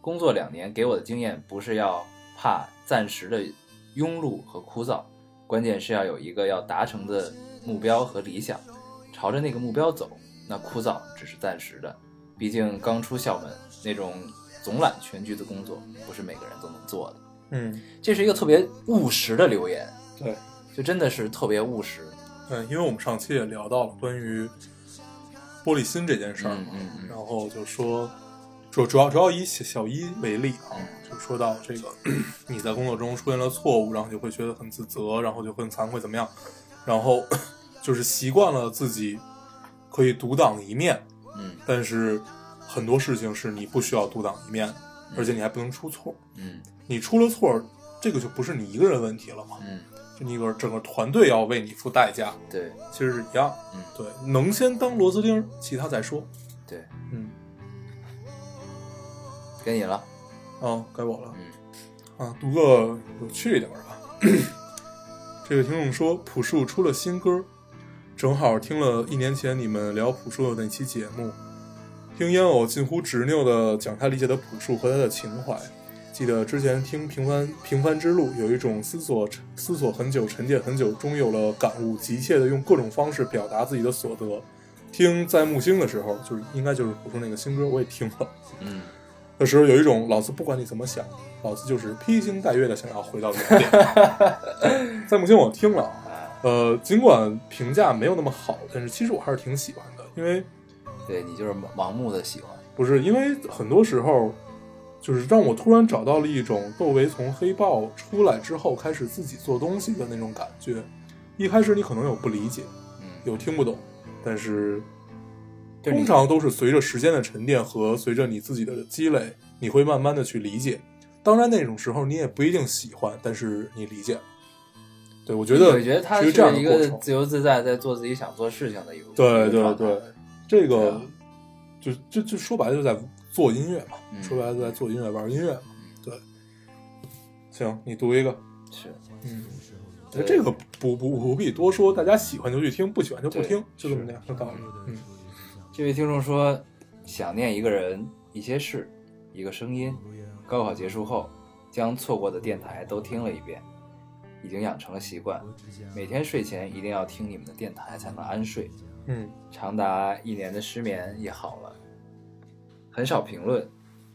工作两年给我的经验，不是要怕暂时的庸碌和枯燥，关键是要有一个要达成的目标和理想。朝着那个目标走，那枯燥只是暂时的。毕竟刚出校门，那种总揽全局的工作不是每个人都能做的。嗯，这是一个特别务实的留言，对。就真的是特别务实。嗯，因为我们上期也聊到了关于玻璃心这件事儿嘛，嗯嗯然后就说主主要主要以小小一为例啊，就说到这个你在工作中出现了错误，然后就会觉得很自责，然后就会很惭愧怎么样，然后就是习惯了自己可以独当一面，嗯但是很多事情是你不需要独当一面的，而且你还不能出错，嗯你出了错儿，这个就不是你一个人问题了嘛，嗯，就你个整个团队要为你付代价，对，其实是一样。嗯对，能先当螺丝钉儿，其他再说。对，嗯，该你了，啊，该我了。嗯啊，读个有趣一点儿的吧。 [CLEARS THROAT] 这个听众说，朴树出了新歌，正好听了一年前你们聊朴树的那期节目，听烟偶近乎执拗的讲他理解的朴树和他的情怀。记得之前听《平凡平凡之路》，有一种思索思索很久、沉淀很久，终有了感悟，急切的用各种方式表达自己的所得。听在木星的时候，就是应该就是朴树那个新歌，我也听了。嗯，的时候，有一种老子不管你怎么想，老子就是披星戴月的想要回到原点。 [LAUGHS] 在木星我听了，呃，尽管评价没有那么好，但是其实我还是挺喜欢的，因为对你就是盲盲目的喜欢，不是因为很多时候，就是让我突然找到了一种窦唯从黑豹出来之后开始自己做东西的那种感觉。一开始你可能有不理解，嗯，有听不懂，但是就是通你常都是随着时间的沉淀和随着你自己的积累，你会慢慢的去理解。当然，那种时候你也不一定喜欢，但是你理解了。对，我觉得我觉得他是是这样的一过个程。自由自在，在做自己想做事情的一个对一个对状态对，这对个啊就就就说白了就在做音乐嘛，嗯说白了就在做音乐玩音乐嘛。对，行，你读一个。是，嗯，对这个不不不必多说，大家喜欢就去听，不喜欢就不对听，就这么两个道理。嗯这位听众说，想念一个人、一些事、一个声音。高考结束后，将错过的电台都听了一遍，已经养成了习惯。每天睡前一定要听你们的电台才能安睡。嗯长达一年的失眠也好了。很少评论，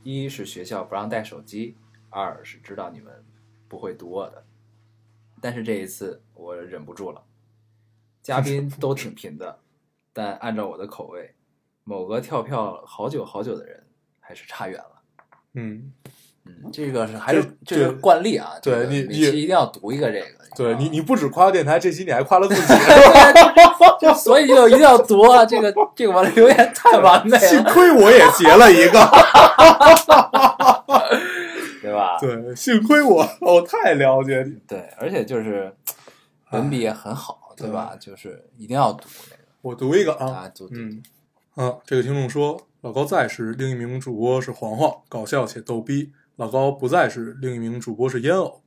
一是学校不让带手机，二是知道你们不会读我的。但是这一次我忍不住了，嘉宾都挺贫的，但按照我的口味，某个跳票好久好久的人还是差远了。嗯，嗯，这个是还是这这是这惯例啊，对这个你每你期一定要读一个这个。对啊你你不只夸了电台，这期你还夸了自己。 [LAUGHS] 就 [LAUGHS] 所以就一定要读啊！这个这个我的留言太完美幸了，亏我也截了一个，对吧？对，幸亏我，我太了解你。对，而且就是文笔也很好，对吧？就是一定要读那个我读一个啊，啊，读读嗯，啊，这个听众说，老高在时，另一名主播是黄黄，搞笑且逗逼；老高不在时，另一名主播是烟偶，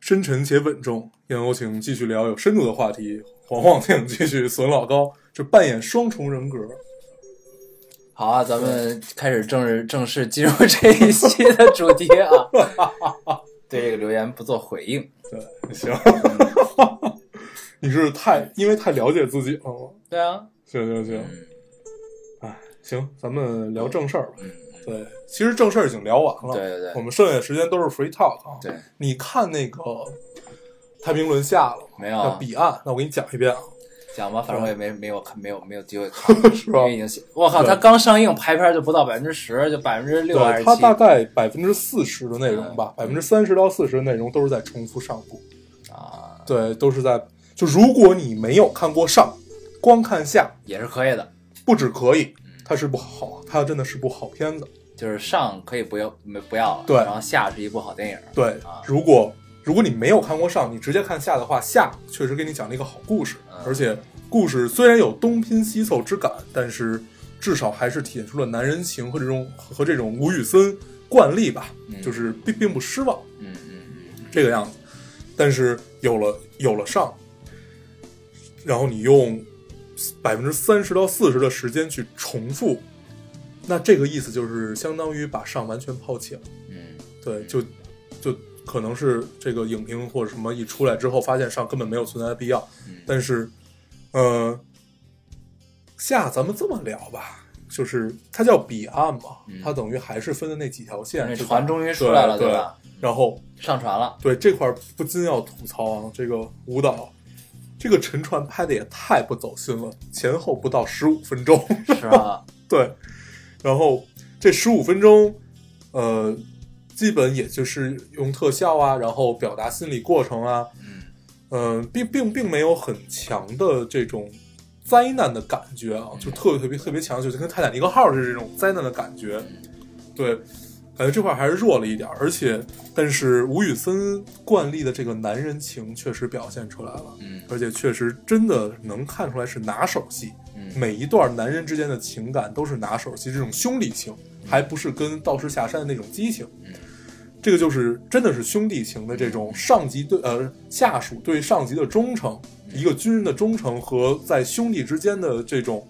深沉且稳重。烟偶请继续聊有深度的话题，黄黄请继续损老高，这扮演双重人格。好啊，咱们开始正式正式进入这一期的主题 [LAUGHS] 啊。对这个留言不做回应，对，行， [LAUGHS] 你是太因为太了解自己了吗？对啊，行行行，嗯哎，行，咱们聊正事儿吧。嗯，对，其实正事儿已经聊完了，对对对我们剩下的时间都是 free talk 啊。对，你看那个太平轮下了吗没有啊那彼岸，那我给你讲一遍啊。讲吧，反正我也没没有没有没有机会看，是因吧为已经写我靠，对它刚上映排片就不到百分之十，就百分之六还对，是它七大概百分之四十的内容吧，百分之三十到四十的内容都是在重复上部。啊，对，都是在就如果你没有看过上，光看下也是可以的。不止可以，嗯它是部好，啊它真的是部好片子。就是上可以不要没不要了，对然后下是一部好电影，对啊，如果如果你没有看过上，你直接看下的话，下确实给你讲了一个好故事，嗯而且故事虽然有东拼西凑之感，但是至少还是体现出了男人情和这种和这种吴宇森惯例吧，嗯就是并并不失望嗯嗯嗯，这个样子。但是有了有了上，然后你用百分之三十到四十的时间去重复，那这个意思就是相当于把上完全抛弃了。嗯，对，就就可能是这个影评或者什么一出来之后，发现上根本没有存在的必要。嗯但是，呃，下咱们这么聊吧，就是它叫彼岸嘛，嗯它等于还是分的那几条线。那是吧船终于出来了，对吧？然后上船了，对这块儿不禁要吐槽啊，这个舞蹈。这个沉船拍的也太不走心了，前后不到十五分钟。是 [LAUGHS] 吧？对，然后这十五分钟，呃，基本也就是用特效啊，然后表达心理过程啊，嗯嗯、并并并没有很强的这种灾难的感觉啊，就特别特别特别强，就跟泰坦尼克号是这种灾难的感觉。对，感觉这块还是弱了一点儿，而且但是吴宇森惯例的这个男人情确实表现出来了，嗯而且确实真的能看出来是拿手戏，嗯每一段男人之间的情感都是拿手戏，这种兄弟情，还不是跟道士下山的那种激情。嗯这个就是真的是兄弟情的这种上级对呃下属对上级的忠诚，一个军人的忠诚和在兄弟之间的这种，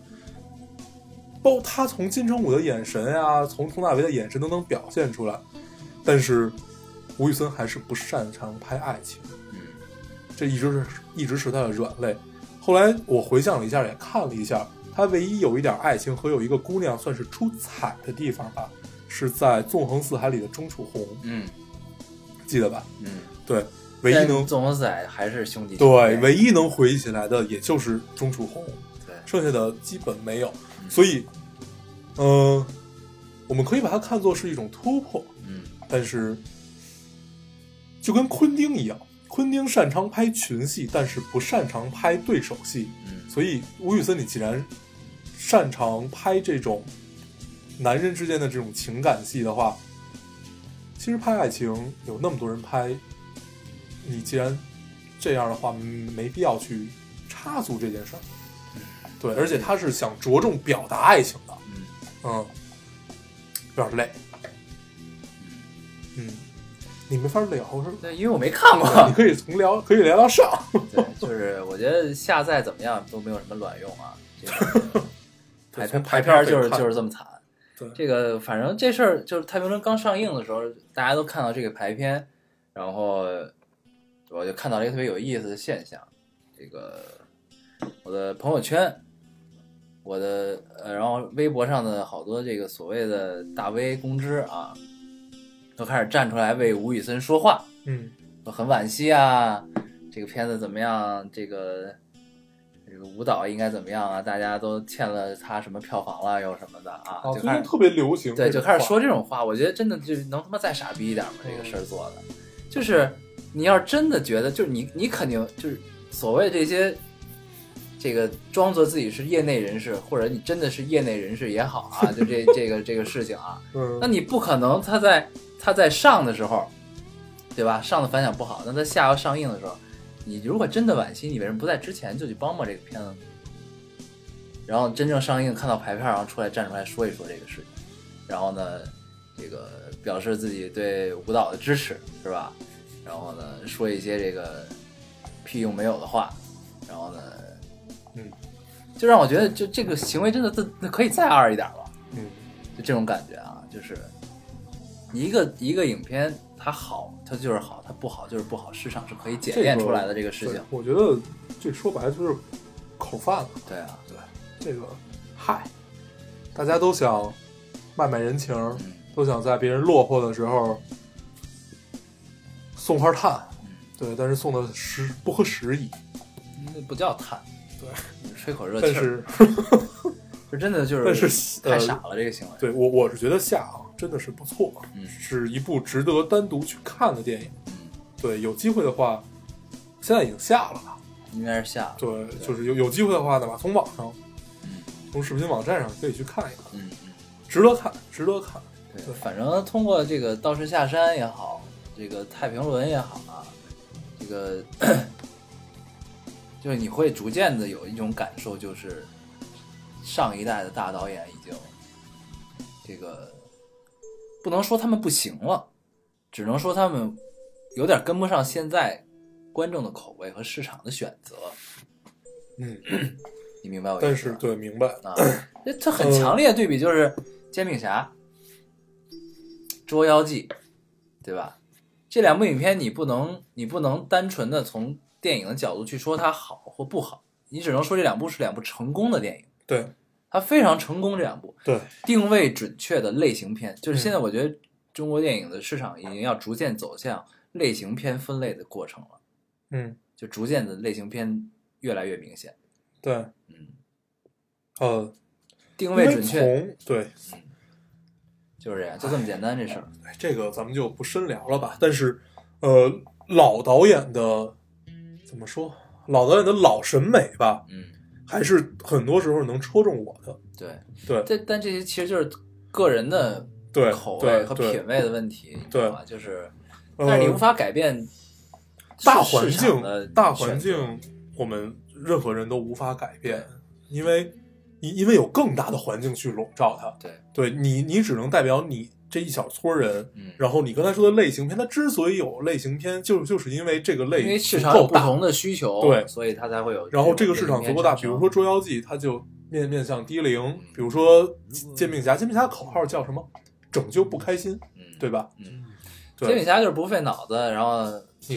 包他从金城武的眼神啊，从佟大为的眼神都能表现出来。但是吴宇森还是不擅长拍爱情，嗯这一直是一直是他的软肋。后来我回想了一下，也看了一下，他唯一有一点爱情和有一个姑娘算是出彩的地方吧，是在《纵横四海》里的钟楚红，嗯记得吧？嗯，对，唯一但能纵横四海还是兄弟情对唯一能回忆起来的也就是钟楚红，对剩下的基本没有。嗯所以，嗯、我们可以把它看作是一种突破，嗯但是就跟昆汀一样，昆汀擅长拍群戏，但是不擅长拍对手戏。嗯所以吴宇森，你既然擅长拍这种男人之间的这种情感戏的话，其实拍爱情有那么多人拍，你既然这样的话，嗯没必要去插足这件事儿。对，而且他是想着重表达爱情的，嗯嗯，有点累，嗯，你没法聊是吧？对，因为我没看过， [LAUGHS] 你可以从聊，可以聊到上，对， [LAUGHS] 就是我觉得下载怎么样都没有什么卵用啊。这个排片从排排片片儿儿就是可以看就是这么惨。对这个反正这事儿就是《太平轮》刚上映的时候，大家都看到这个排片，然后我就看到了一个特别有意思的现象。这个我的朋友圈，我的呃，然后微博上的好多这个所谓的大 V 公知啊，都开始站出来为吴宇森说话。嗯我很惋惜啊，这个片子怎么样？这个这个舞蹈应该怎么样啊？大家都欠了他什么票房了又什么的啊？啊，就最开近始特别啊流行这对，种就话，开始说这种话。我觉得真的就能他妈再傻逼一点吗？这个事儿嗯做的，就是你要是真的觉得，就是你你肯定就是所谓这些。这个装作自己是业内人士，或者你真的是业内人士也好啊，就这这个这个事情啊，嗯，那你不可能他在他在上的时候，对吧？上的反响不好，那他下要上映的时候，你如果真的惋惜，你为什么不在之前就去帮帮这个片子呢？然后真正上映看到排片儿，然后出来站出来说一说这个事情，然后呢，这个表示自己对舞蹈的支持，是吧？然后呢，说一些这个屁用没有的话，然后呢，嗯，就让我觉得就这个行为真的这可以再二一点了。嗯就这种感觉啊，就是一个一个影片它好，它就是好；它不好就是不好。市场是可以检验出来的这个事情对。我觉得这说白了就是口饭了。对啊，对，这个嗨，大家都想卖卖人情，嗯都想在别人落魄的时候送块炭，嗯，对，但是送的时不合时宜。那不叫贪，对，吹口热气但儿，是，就真的就但是是太呃傻了这个行为。对我我是觉得夏啊真的是不错，嗯是一部值得单独去看的电影。嗯，对，有机会的话，现在已经下了吧？应该是下了。对，就是有有机会的话呢，吧，从网上嗯，从视频网站上可以去看一看，嗯嗯。值得看，值得看。对，对反正通过这个道士下山也好，这个太平轮也好啊，这个 [CLEARS THROAT] 就是你会逐渐的有一种感受，就是上一代的大导演已经这个不能说他们不行了，只能说他们有点跟不上现在观众的口味和市场的选择。嗯，你明白我意但思是吧？对，明白。啊，这它嗯很强烈的对比就是《煎饼侠》《捉妖记》，对吧？这两部影片你不能你不能单纯的从电影的角度去说它好或不好，你只能说这两部是两部成功的电影，对它非常成功。这两部对，定位准确的类型片，就是现在嗯我觉得中国电影的市场已经要逐渐走向类型片分类的过程了，嗯就逐渐的类型片越来越明显，对，嗯，呃，定因位为准确从对就是这样，就这么简单这事儿。哎这个咱们就不深聊了吧。但是，呃，老导演的怎么说？老导演的老审美吧，嗯，还是很多时候能戳中我的。对对但但这些其实就是个人的对口味对和对品味的问题，你知道吗？就是，呃但是你无法改变大市环市境场的，大选环择境，我们任何人都无法改变，因为因因为有更大的环境去笼罩它。对，对你，你只能代表你这一小撮人。嗯然后你刚才说的类型片，它之所以有类型片，就就是因为这个类因为市足场有够不大，同的需求，对所以它才会有。然后这个市场足够大。有比如说《捉妖记》，它就面面向低龄；比如说《煎饼侠》，《煎饼侠》口号叫什么？拯救不开心，嗯对吧？嗯，煎饼对，侠就是不费脑子，然后你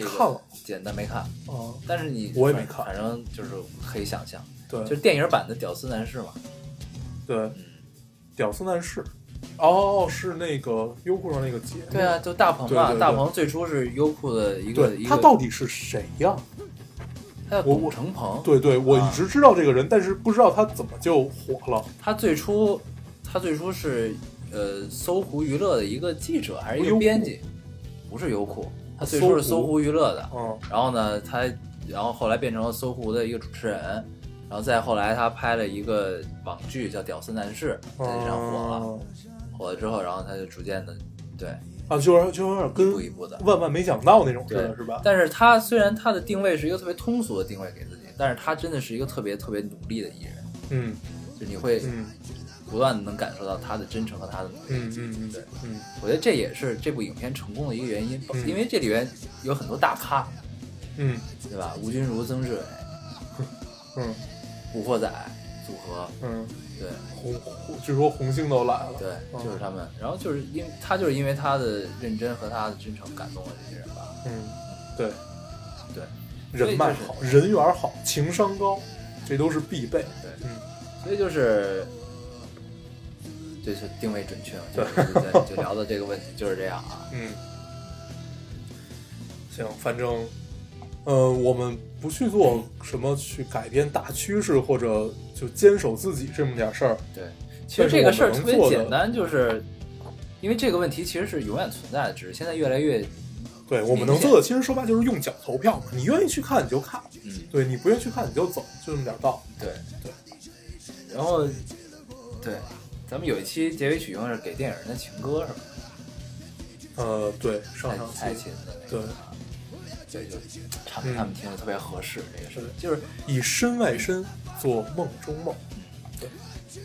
这个看了简单没看，啊，但是你我也没看反正就是可以想象，就是对电影版的屌丝男士嘛，对。嗯，屌丝男士。哦，是那个优酷上那个节目。对啊，，就大鹏对对嘛，对大鹏最初是优酷的一个对，一他个，到底是谁呀？他叫我我董成鹏，对对，我啊一直知道这个人，但是不知道他怎么就火了。他最初他最初是呃搜狐娱乐的一个记者还是一哦优个酷编辑，不是优酷，他最初是搜搜狐狐娱乐的，嗯，然后呢，他然后后来变成了搜狐的一个主持人，然后再后来他拍了一个网剧叫《屌丝男士》，在这上火了，嗯火了之后，然后他就逐渐的对啊，就是就有点一步一跟步的。万万没想到那种似对的，是吧？但是他虽然他的定位是一个特别通俗的定位给自己，但是他真的是一个特别特别努力的艺人，嗯就你会嗯不断的能感受到他的真诚和他的努力。嗯嗯对嗯嗯，我觉得这也是这部影片成功的一个原因，嗯因为这里边有很多大咖，嗯对吧？吴君如、曾志伟、嗯古惑仔组合，嗯，对红红据说红星都来了。对，嗯就是他们。然后就是因他就是因为他的认真和他的真诚感动了这些人吧。嗯，对，对，人脉好，人缘好，情商高，这都是必备。对嗯，所以就是。就是定位准确嘛，就对是就就聊到这个问题就是这样啊。嗯，行，反正，呃，我们不去做什么去改变大趋势或者就坚守自己这么点事儿， [LAUGHS] 对，其实这个事儿特别但是我们能做的简单，就是因为这个问题其实是永远存在的，只是现在越来越对我们能做的，其实说白就是用脚投票嘛。你愿意去看你就看，嗯对你不愿意去看你就走，就这么点道理。对对。然后对，咱们有一期结尾曲用的是给电影人的情歌是吧？呃，对，上上蔡蔡期琴的那对个，对，就唱给他们听着特别合适，这个事儿是就是以身为身做梦中梦，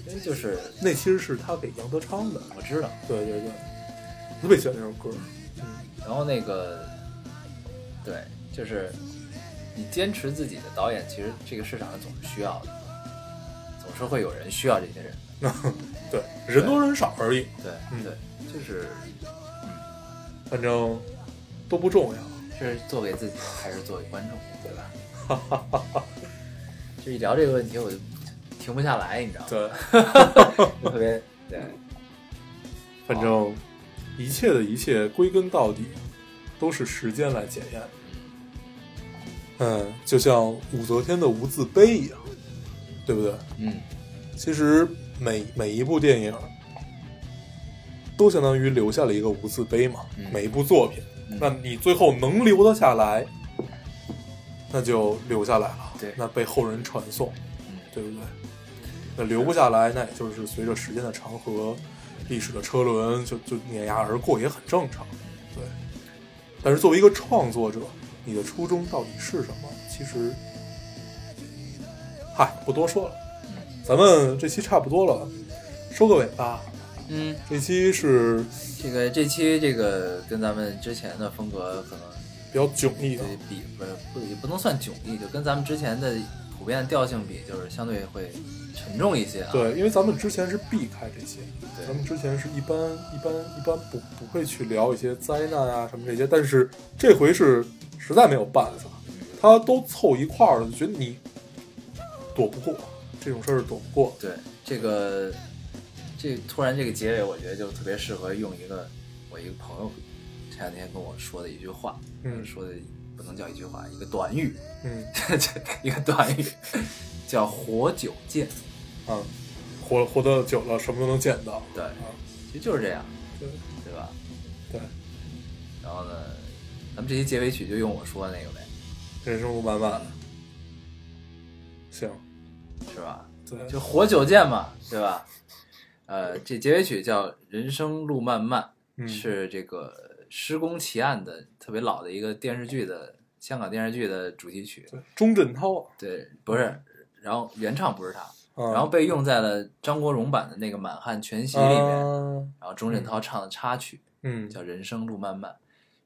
因为就是那其实是他给杨德昌的。我知道，对对对，特别喜欢这首歌。嗯然后那个对，就是你坚持自己的导演，其实这个市场上总是需要的，总是会有人需要这些人，，嗯 [LAUGHS] 对，人多人少而已。对、嗯对，就是反正都不重要。是做给自己还是做给观众，对吧？ [LAUGHS] 就一聊这个问题，我就停不下来，你知道吗？对，就特 [LAUGHS] 别对，反正一切的一切归根到底都是时间来检验。嗯，就像武则天的无字碑一样，对不对？嗯，其实每每一部电影都相当于留下了一个无字碑嘛，嗯每一部作品。嗯那你最后能留得下来，那就留下来了，对那被后人传颂。嗯对不对？那留不下来，那也就是随着时间的长河，历史的车轮就就碾压而过，也很正常。对，但是作为一个创作者，你的初衷到底是什么？其实，嗨，不多说了，咱们这期差不多了，收个尾吧。嗯，这期是这个这期这个跟咱们之前的风格可能比较迥异的对，比不是不也不能算迥异，就跟咱们之前的普遍的调性比，就是相对会沉重一些啊。对，因为咱们之前是避开这些，对咱们之前是一般一般一般不不会去聊一些灾难啊什么这些，但是这回是实在没有办法，他都凑一块儿了，就觉得你躲不过这种事儿，躲不过。对，这个这突然这个结尾，我觉得就特别适合用一个我一个朋友前两天跟我说的一句话，嗯说的不能叫一句话，一个短语， [LAUGHS] 嗯一个短语叫“活久见啊，活了活得久了，什么都能见到。”。对，啊，其实就是这样，对对吧？对，然后呢，咱们这期结尾曲就用我说的那个呗，人生路漫漫。行，是吧？对，就活久见嘛，对吧？呃，这结尾曲叫《人生路漫漫》，嗯，是这个《施工奇案》的特别老的一个电视剧的香港电视剧的主题曲。钟镇涛，对，不是，然后原唱不是他，啊、然后被用在了张国荣版的那个《满汉全席》里面，啊然后钟镇涛唱的插曲。嗯，叫《人生路漫漫》，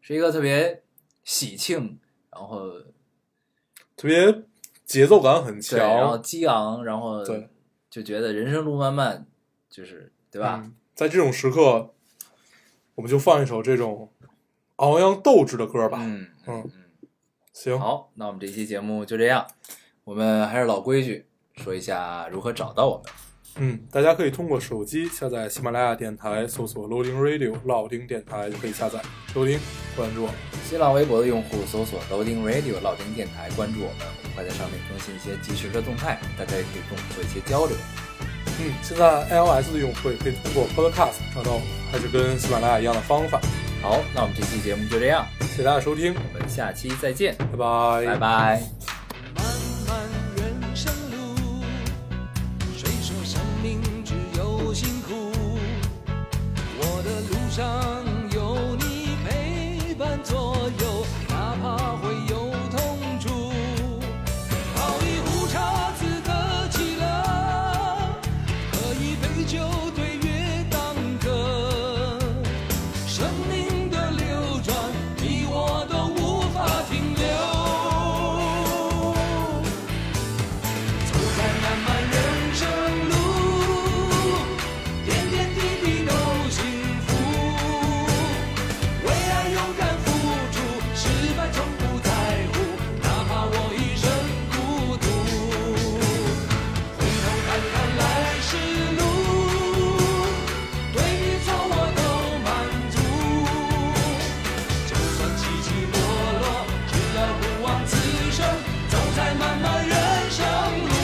是一个特别喜庆，然后特别节奏感很对，然后强，激昂，然后对就觉得人生路漫漫，就是对吧？嗯在这种时刻，我们就放一首这种昂扬斗志的歌吧。嗯嗯行嗯，，好，那我们这期节目就这样，我们还是老规矩，说一下如何找到我们。嗯，大家可以通过手机下载喜马拉雅电台，搜索 Loading Radio 老丁电台就可以下载收听，关注我们。新浪微博的用户搜索 Loading Radio 老丁电台，关注我们，我们会在上面更新一些及时的动态，大家也可以跟我们做一些交流。嗯，现在 iOS 的用户也可以通过 Podcast 找到我们，还是跟喜马拉雅一样的方法。好，那我们这期节目就这样，谢谢大家收听，我们下期再见，拜拜拜。漫漫人生路，谁说生命只有辛苦？我的路上有你陪伴左右，哪怕会有痛楚。泡一壶茶，自得其乐；喝一杯酒，对月当歌。生命的流转，你我都无法停留。走在漫漫人生路，点点滴滴都幸福。为爱勇敢付出，失败从不在乎，哪怕我一生孤独。回头看看来时路，对与错我都满足。就算起起落落，只要不忘此生，走在漫漫人生路。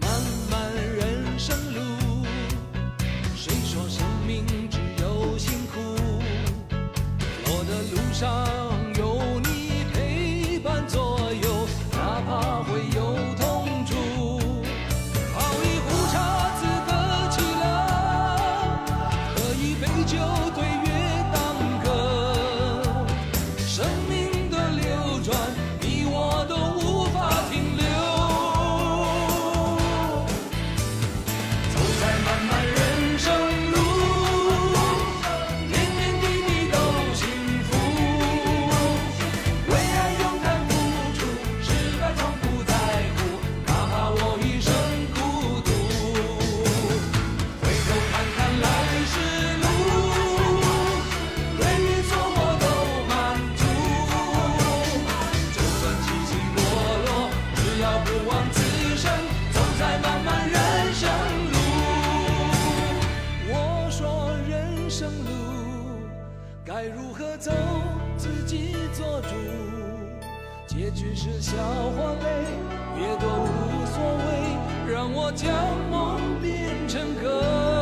漫漫人生路，谁说生命只有辛苦？我的路上有你陪伴左右，哪怕会有痛楚。泡一壶茶，自得其乐；喝一杯酒，对月当歌。生命的流转，你我都无法停留。走在漫漫人生路，点点滴滴都幸福。为爱勇敢付出，失败从不在乎，哪怕我一生孤独。回头看看来时路，对与错我都满足。就算起起落落，只要不忘此生，走在漫漫人生路。我说人生路该如何走，自己做主。结局是笑或悲，也都无所谓，让我将梦变成歌。